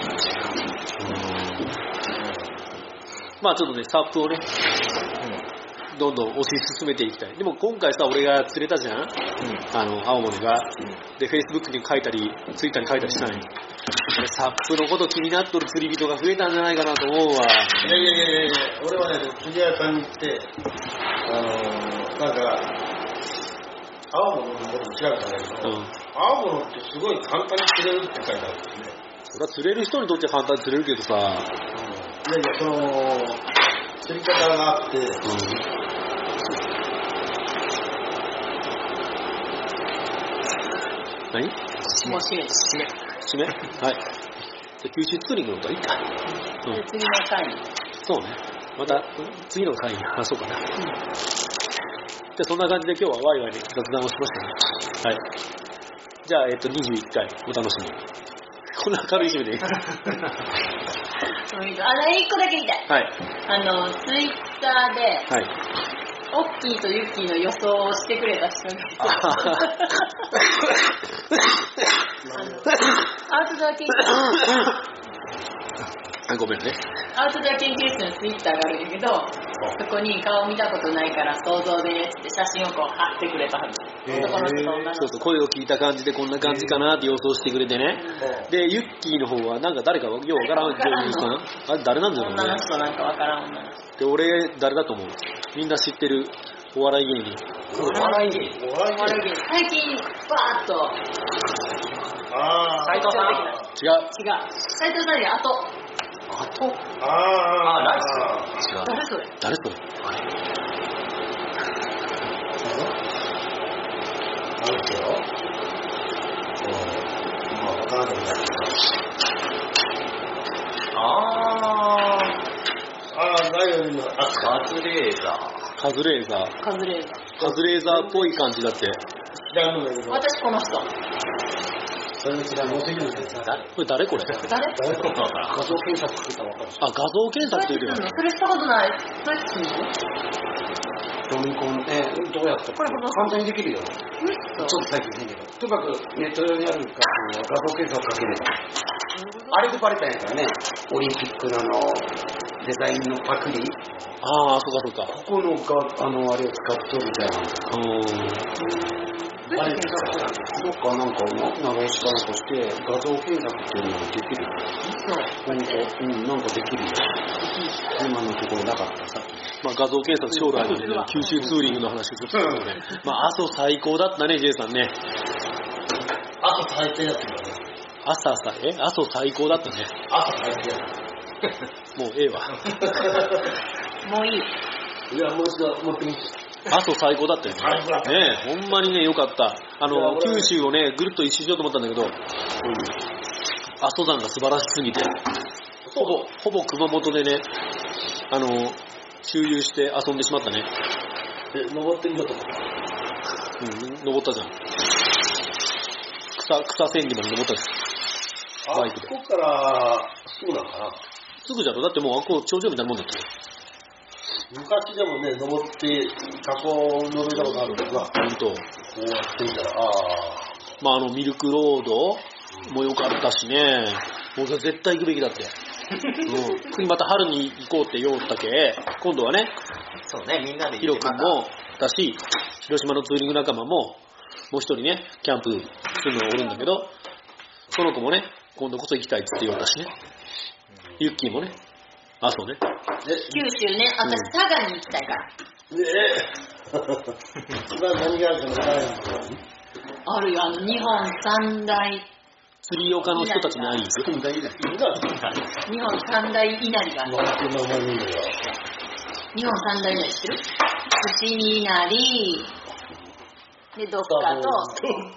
S1: まあちょっとね、サップをね、どんどん推し進めていきたい。でも今回さ、俺が釣れたじゃんあの、青森が。で、Facebook に書いたり、Twitter に書いたりしたんよ。俺、サップのこと気になっとる釣り人が増えたんじゃないかなと思うわ。
S3: いやいやいやいやいや、俺はね、釣り屋さんに行って、あのー、なんか、青物のことも調べたんだけ
S1: う
S3: ど、
S1: ん。
S3: 青物ってすごい簡単に釣れるって書いてあるんですね。
S1: そりゃ釣れる人にとっては簡単に釣れるけどさ。
S3: いやいや、その、釣り方があって、
S1: うん。何
S2: もう締めて
S1: 締めはい。じゃあ九州ツーリングの方がいいか。うん
S2: で。次の回に
S1: そうね。また、次の回に話そうかな。じゃあ、そんな感じで今日はワイワイに雑談をしましたね。はい。じゃあ、えっと、21回、お楽しみに。こんな軽い趣味でいい
S2: うんあの一個だけ言いたい
S1: *laughs* はい。
S2: あのツイッターで
S1: はい。
S2: オッキーとユッキーの予想をしてくれた人が
S1: あはは
S2: アウトドア研究室
S1: *laughs* あごめんね。
S2: アウトドア研究室のツイッターがあるんだけどそこに顔見たことないから想像ですって写真をこう貼ってくれたはず男の人と女の
S1: そ
S2: 人
S1: うそう、声を聞いた感じでこんな感じかなって予想してくれてね。で、ユッキーの方は、なんか誰かようわからん女優さんあれ誰なんだろう
S2: 女の
S1: ね。
S2: 人なんかわからん女の人
S1: で、俺、誰だと思うみんな知ってるお笑い芸人。
S3: 笑い芸人。笑い芸人。
S2: 最近バーッと
S3: あー
S4: 斎藤さん
S1: 違う。
S2: 違う斎藤さんよりあと
S1: あと
S3: あーあ
S4: ライ
S1: 違う。
S2: 誰それ
S1: 誰それあれ
S3: あるけど、うんまあ、わからないんだけ
S4: あ
S3: ど、ああ、ないよりも、あ、
S4: ー、カズレーザ
S1: カズレーザー。
S2: カズレーザー
S1: カズレーザーっぽい感じだって。
S3: 知らんのだけど、
S2: 私この人
S3: それの知らんのすぎるんですよ。
S1: これ誰これ
S2: 誰
S3: 誰とか
S5: 画像検索すると分かるし
S1: あ、画像検
S2: どう
S1: 索
S2: やっ
S1: と
S2: て
S1: いう
S2: する
S1: よ
S2: の
S1: りは。
S2: それしたことないどうやってするの
S5: 読み込んで、えどうやった
S2: これこの
S5: 簡単にできるよ。
S2: 嘘
S5: ちょっと最近変だけど。とにかくネット上にある画像画像検索かければ。あれでバレたんやからね。オリンピックのあのデザインのパクリ。
S1: ああ、そうかそうか。
S5: ここのが、あの、あれを使っとるみたいな。
S1: うーん。
S2: どうやって検索するの
S5: どっかなんか、な直しかなんかして、画像検索っていうのができるよ。何か、うん、なんかできるよ。今のところなかった。さっき
S1: まあ、画像検索将来の、ね、九州ツーリングの話をするということで、まあ、阿蘇最高だったね、J さんね。
S3: あと最低やつだね。
S1: 朝さ、え阿蘇最高だったね。
S3: あと最低や
S1: もうええわ。
S3: *laughs*
S2: もういい
S3: つ。いや、もう一度、もう一度。
S1: 阿蘇最高だったよ
S3: 最高だった
S1: ね。ねえほんまにね、よかった。あ
S3: いや
S1: の、
S3: 俺
S1: 九州をね、ぐるっと一周しようと思ったんだけど、阿蘇山が素晴らしすぎて、ほぼ、ほぼ熊本でね、あの、周遊して遊んでしまったね。
S3: で、登ってみようと思って。
S1: うん、登ったじゃん。草、草千里まで登ったじゃん。
S3: あ、
S1: バイクで
S3: ここから、すぐなのかな。
S1: すぐじゃろだってもう、あこう、頂上みたいなもんだって。
S3: 昔でもね、登って、河口を登れたことあるんだけどな、こ
S1: 本当。
S3: うやってみたら、ああ、
S1: まあ、あの、ミルクロードも良かったしね。僕は絶対行くべきだって。うん。また春に行こうって言おったけ、今度はね、
S4: ー。そうね、みんなで
S1: ヒロ君もだし、広島のツーリング仲間も、もう一人ね、キャンプするのがおるんだけど、その子もね、今度こそ行きたいって言おったしね。ユッキーもね、あ、そうね。
S2: 九州ね私佐賀に行きたいから
S1: *laughs*
S3: ねえ、今何があるか分からないんだけど、
S2: あるよあの日本三大
S1: 釣り岡の人たちに会いに行く。
S2: 日本三大稲荷がある
S3: 登ってのまにいいん
S1: *laughs*
S3: だよ。
S2: 日本三大稲荷知ってる伏見稲荷でどっか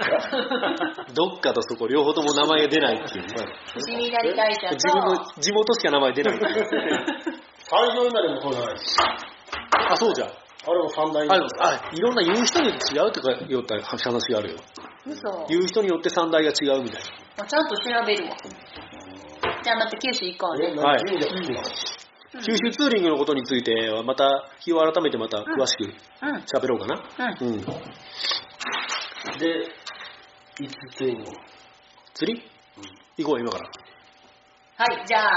S2: と
S1: どっかとそこ両方とも名前が出ないっていうね。
S2: 伏見稲荷大社
S1: 自分の
S2: と
S1: 地元しか名前出ないっていう。 *laughs*
S3: 三条稲荷もそうじゃないし、
S1: あ、そうじゃん。
S3: あれも三大稲
S1: あ
S3: 荷。
S1: あいろんな言う人に違うとかよった話があるよ
S2: 嘘
S1: 言う人によって三大が違うみたい
S2: あちゃんと調べるわじゃあまた九州行こうね
S3: え、
S1: は
S3: 何
S1: い
S3: 神社好きなの
S1: な九州ツーリングのことについてはまた日を改めてまた詳しく
S2: うん
S1: 喋ろうかな
S2: う
S1: うん
S3: で、いつついに。
S1: 釣り行こう今から
S2: はいじゃあ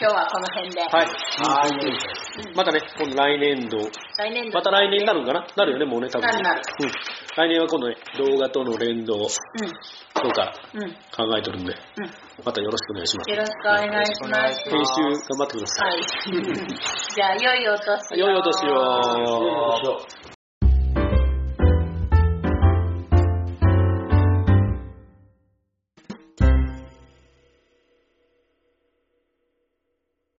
S2: 今日はこの辺で
S1: はい
S3: はい。
S2: うん
S1: またね、今度来年度、
S2: 来年度
S1: また来年になるんかななるよね、もうね、多分。
S2: なるなる
S1: うん。来年は今度ね、動画との連動とか
S2: うんうん
S1: 考えてるんで、
S2: うん
S1: またよろしくお願いします。
S2: よろしくお願いします
S1: 編集頑張ってください。
S2: はいじゃあ良いお年を
S1: 良いお年を。
S3: よいしょ